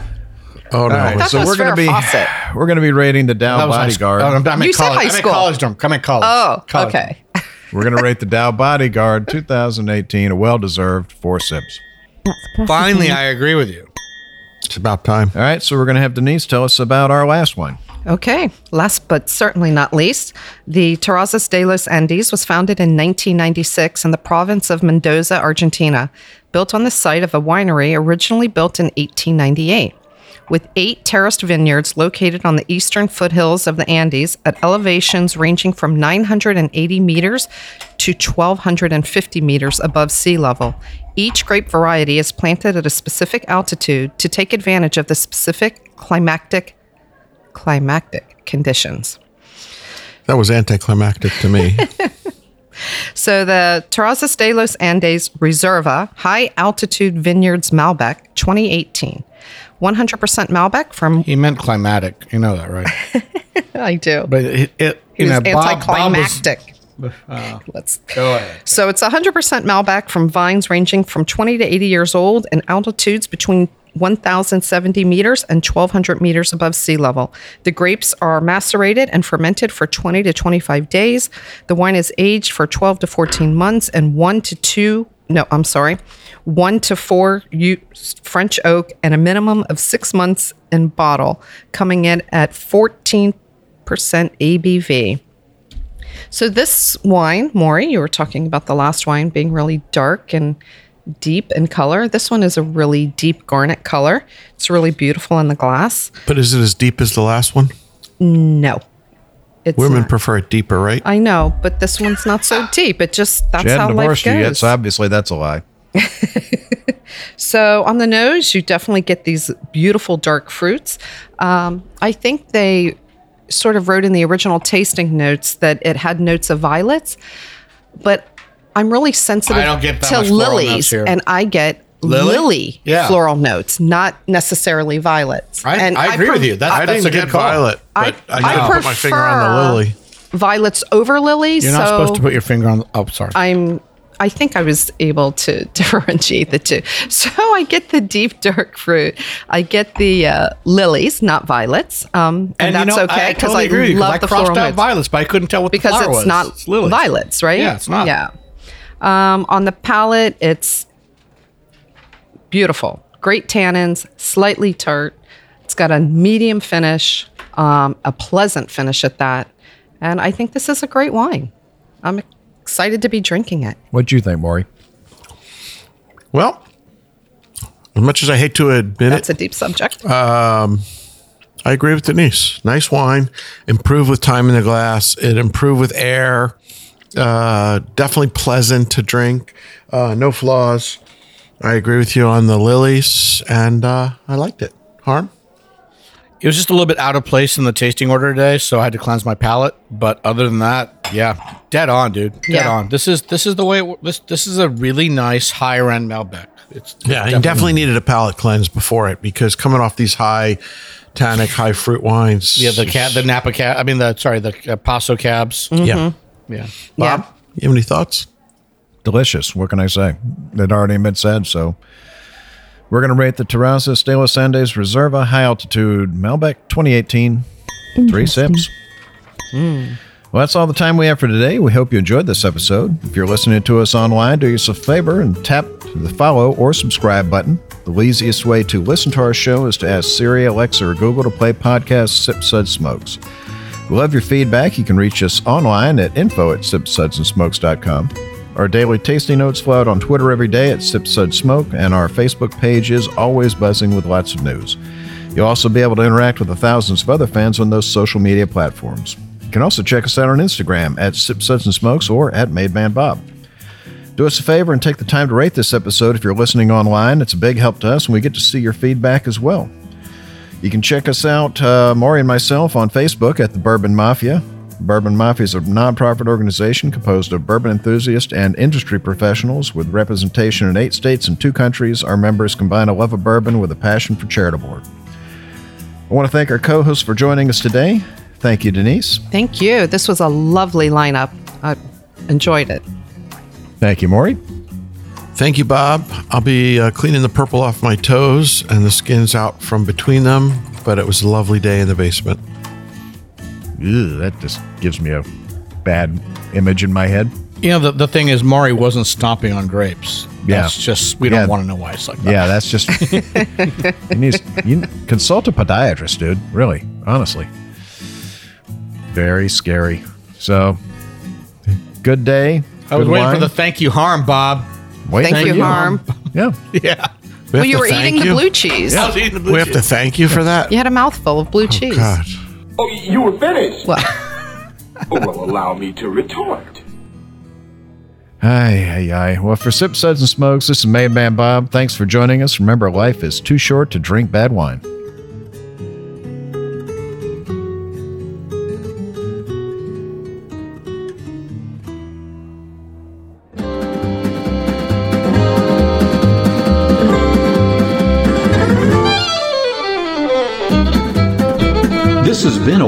[SPEAKER 4] no!
[SPEAKER 3] All right,
[SPEAKER 6] thought
[SPEAKER 3] so
[SPEAKER 6] that
[SPEAKER 3] we're
[SPEAKER 6] was
[SPEAKER 3] going to
[SPEAKER 6] for a
[SPEAKER 3] be
[SPEAKER 6] faucet.
[SPEAKER 3] we're going to be rating the Dow
[SPEAKER 5] that was high school.
[SPEAKER 3] Bodyguard.
[SPEAKER 5] Oh, no, I meant
[SPEAKER 6] You said
[SPEAKER 5] college.
[SPEAKER 6] high
[SPEAKER 5] I meant
[SPEAKER 6] school.
[SPEAKER 5] college, Dom. I meant college.
[SPEAKER 6] Oh,
[SPEAKER 5] College.
[SPEAKER 6] okay.
[SPEAKER 3] [laughs] We're going to rate the Dow Bodyguard 2018 a well-deserved four sips.
[SPEAKER 6] Uh,
[SPEAKER 5] Finally,
[SPEAKER 6] mm-hmm.
[SPEAKER 5] I agree with you.
[SPEAKER 4] It's about time.
[SPEAKER 3] All right, so we're going to have Denise tell us about our last one.
[SPEAKER 6] Okay. Last but certainly not least, the Terrazas de los Andes was founded in 1996 in the province of Mendoza, Argentina, built on the site of a winery originally built in 1898. With eight terraced vineyards located on the eastern foothills of the Andes at elevations ranging from 980 meters to 1,250 meters above sea level. Each grape variety is planted at a specific altitude to take advantage of the specific climatic climactic conditions.
[SPEAKER 4] That was anticlimactic to
[SPEAKER 5] [laughs]
[SPEAKER 4] me.
[SPEAKER 6] So the Terrazas de los Andes Reserva High Altitude Vineyards Malbec 2018. 100% Malbec from
[SPEAKER 5] He meant climatic. You know that, right?
[SPEAKER 6] I do.
[SPEAKER 5] But it, it
[SPEAKER 6] It
[SPEAKER 5] you know,
[SPEAKER 6] was
[SPEAKER 5] Bob, Bob was- uh,
[SPEAKER 6] anticlimactic. Let's
[SPEAKER 5] go ahead.
[SPEAKER 6] So it's 100% Malbec from vines ranging from 20 to 80 years old and altitudes between 1,070 meters and 1,200 meters above sea level. The grapes are macerated and fermented for 20 to 25 days. The wine is aged for 12 to 14 months and one to two, no, I'm sorry, one to four u- French oak and a minimum of six months in bottle, coming in at 14% ABV. So this wine, Maury, you were talking about the last wine being really dark and deep in color. This one is a really deep garnet color. It's really beautiful in the glass.
[SPEAKER 4] but is it as deep as the last one?
[SPEAKER 6] No, it's
[SPEAKER 4] Women
[SPEAKER 6] Not.
[SPEAKER 4] prefer it deeper, right?
[SPEAKER 6] I know, but this one's not so deep. It just that's
[SPEAKER 3] She
[SPEAKER 6] how
[SPEAKER 3] hadn't
[SPEAKER 6] life
[SPEAKER 3] divorced you yet,
[SPEAKER 6] goes.
[SPEAKER 3] so obviously that's a lie.
[SPEAKER 6] So on the nose, you definitely get these beautiful dark fruits. Um, I think they sort of wrote in the original tasting notes that it had notes of violets, but I'm really sensitive
[SPEAKER 5] I don't get that
[SPEAKER 6] to
[SPEAKER 5] much floral notes
[SPEAKER 6] lilies,
[SPEAKER 5] here.
[SPEAKER 6] and I get
[SPEAKER 5] Lily?
[SPEAKER 6] lily,
[SPEAKER 5] Yeah.
[SPEAKER 6] floral notes, not necessarily violets.
[SPEAKER 5] I,
[SPEAKER 6] and
[SPEAKER 5] I agree
[SPEAKER 6] pre-
[SPEAKER 5] with you. That's,
[SPEAKER 4] I
[SPEAKER 5] that's
[SPEAKER 4] didn't
[SPEAKER 5] a good
[SPEAKER 4] get
[SPEAKER 5] call.
[SPEAKER 4] violet,
[SPEAKER 6] I-
[SPEAKER 4] but I, gotta
[SPEAKER 6] I
[SPEAKER 4] put my finger on the
[SPEAKER 6] prefer-
[SPEAKER 4] lily.
[SPEAKER 6] Violets over lilies.
[SPEAKER 5] You're not
[SPEAKER 6] so
[SPEAKER 5] supposed to put your finger on. The, oh, sorry.
[SPEAKER 6] I'm I think I was able to [laughs] differentiate the two. So I get the deep dark fruit. I get the uh, lilies, not violets, um, and, that's
[SPEAKER 5] you know,
[SPEAKER 6] okay because
[SPEAKER 5] totally
[SPEAKER 6] I,
[SPEAKER 5] agree with you, 'cause
[SPEAKER 6] love the
[SPEAKER 5] crossed
[SPEAKER 6] floral
[SPEAKER 5] out
[SPEAKER 6] notes
[SPEAKER 5] violets, but I couldn't tell what the
[SPEAKER 6] because
[SPEAKER 5] flower
[SPEAKER 6] it's
[SPEAKER 5] was.
[SPEAKER 6] not
[SPEAKER 5] lilies.
[SPEAKER 6] violets, right?
[SPEAKER 5] Yeah, it's not.
[SPEAKER 6] Yeah. Um, on the palate, it's beautiful. Great tannins, slightly tart. It's got a medium finish, um, a pleasant finish at that, and I think this is a great wine. I'm excited to be drinking it.
[SPEAKER 3] What do you think, Maury?
[SPEAKER 4] Well, as much as I hate to admit
[SPEAKER 6] That's
[SPEAKER 4] it, Uh,
[SPEAKER 6] a deep subject.
[SPEAKER 4] I agree with Denise. Nice wine, improved with time in the glass. It improved with air. Uh, definitely pleasant to drink. Uh, no flaws. I agree with you on the lilies, and uh, I liked it. Harm?
[SPEAKER 5] It was just a little bit out of place in the tasting order today, so I had to cleanse my palate. But other than that, yeah, dead on, dude. Dead
[SPEAKER 6] Yeah.
[SPEAKER 5] on. This is this is the way. It, wo- this this is a really nice higher end Malbec. It's
[SPEAKER 4] Yeah, you definitely needed a palate cleanse before it because coming off these high tannic, high fruit wines.
[SPEAKER 5] yeah the cab the Napa cab. I mean the sorry the uh, Paso cabs.
[SPEAKER 4] Yeah.
[SPEAKER 5] Mm-hmm. Yeah.
[SPEAKER 6] yeah.
[SPEAKER 4] You have any thoughts?
[SPEAKER 3] Delicious. What can I say? It already been said, so we're going to rate the Terrazas de los Andes Reserva High Altitude Malbec 2018 three sips. Hmm. Well, that's all the time we have for today. We hope you enjoyed this episode. If you're listening to us online, do us a favor and tap the follow or subscribe button. The easiest way to listen to our show is to ask Siri, Alexa, or Google to play podcast Sip Sud Smokes. We love your feedback. You can reach us online at info at sipsudsandsmokes.com. Our daily tasting notes flow out on Twitter every day at sipsudsmoke, and our Facebook page is always buzzing with lots of news. You'll also be able to interact with the thousands of other fans on those social media platforms. You can also check us out on Instagram at Sip Suds and Smokes or at Made Man Bob. Do us a favor and take the time to rate this episode if you're listening online. It's a big help to us, and we get to see your feedback as well. You can check us out, uh, Maury and myself, on Facebook at the Bourbon Mafia. Bourbon Mafia is a nonprofit organization composed of bourbon enthusiasts and industry professionals with representation in eight states and two countries. Our members combine a love of bourbon with a passion for charitable work. I want to thank our co hosts for joining us today. Thank you, Denise.
[SPEAKER 6] Thank you. This was a lovely lineup. I enjoyed it.
[SPEAKER 3] Thank you, Maury.
[SPEAKER 4] Thank you, Bob. I'll be uh, cleaning the purple off my toes and the skin's out from between them, but it was a lovely day in the basement.
[SPEAKER 3] Ew, that just gives me a bad image in my head.
[SPEAKER 5] You know, the, the thing is, Mari wasn't stomping on grapes.
[SPEAKER 3] Yeah.
[SPEAKER 5] That's just, we
[SPEAKER 3] Yeah.
[SPEAKER 5] don't want to know why it's like that.
[SPEAKER 3] Yeah, that's
[SPEAKER 6] [laughs]
[SPEAKER 3] just you need you need- consult a podiatrist, dude. Really, honestly, very scary. So, good day.
[SPEAKER 5] I was
[SPEAKER 3] good
[SPEAKER 5] waiting for
[SPEAKER 3] wine.
[SPEAKER 5] the thank you harm, Bob. [laughs]
[SPEAKER 3] Wait
[SPEAKER 6] Thank
[SPEAKER 3] for
[SPEAKER 6] you, Harm.
[SPEAKER 3] Yeah,
[SPEAKER 5] Yeah.
[SPEAKER 4] We
[SPEAKER 6] Well,
[SPEAKER 4] have
[SPEAKER 6] you
[SPEAKER 4] to
[SPEAKER 6] were
[SPEAKER 4] thank
[SPEAKER 6] eating the
[SPEAKER 4] you.
[SPEAKER 6] blue cheese.
[SPEAKER 5] I was eating the blue
[SPEAKER 4] We have to
[SPEAKER 5] cheese.
[SPEAKER 4] thank you for that. Oh,
[SPEAKER 6] You had a mouthful of blue cheese.
[SPEAKER 4] God.
[SPEAKER 9] Oh, you were finished.
[SPEAKER 6] Well,
[SPEAKER 9] Oh, well, allow me to retort.
[SPEAKER 3] Aye, aye, aye. Well, for Sip Suds and Smokes, this is Madman Bob. Thanks for joining us. Remember, life is too short to drink bad wine.
[SPEAKER 1] This has been a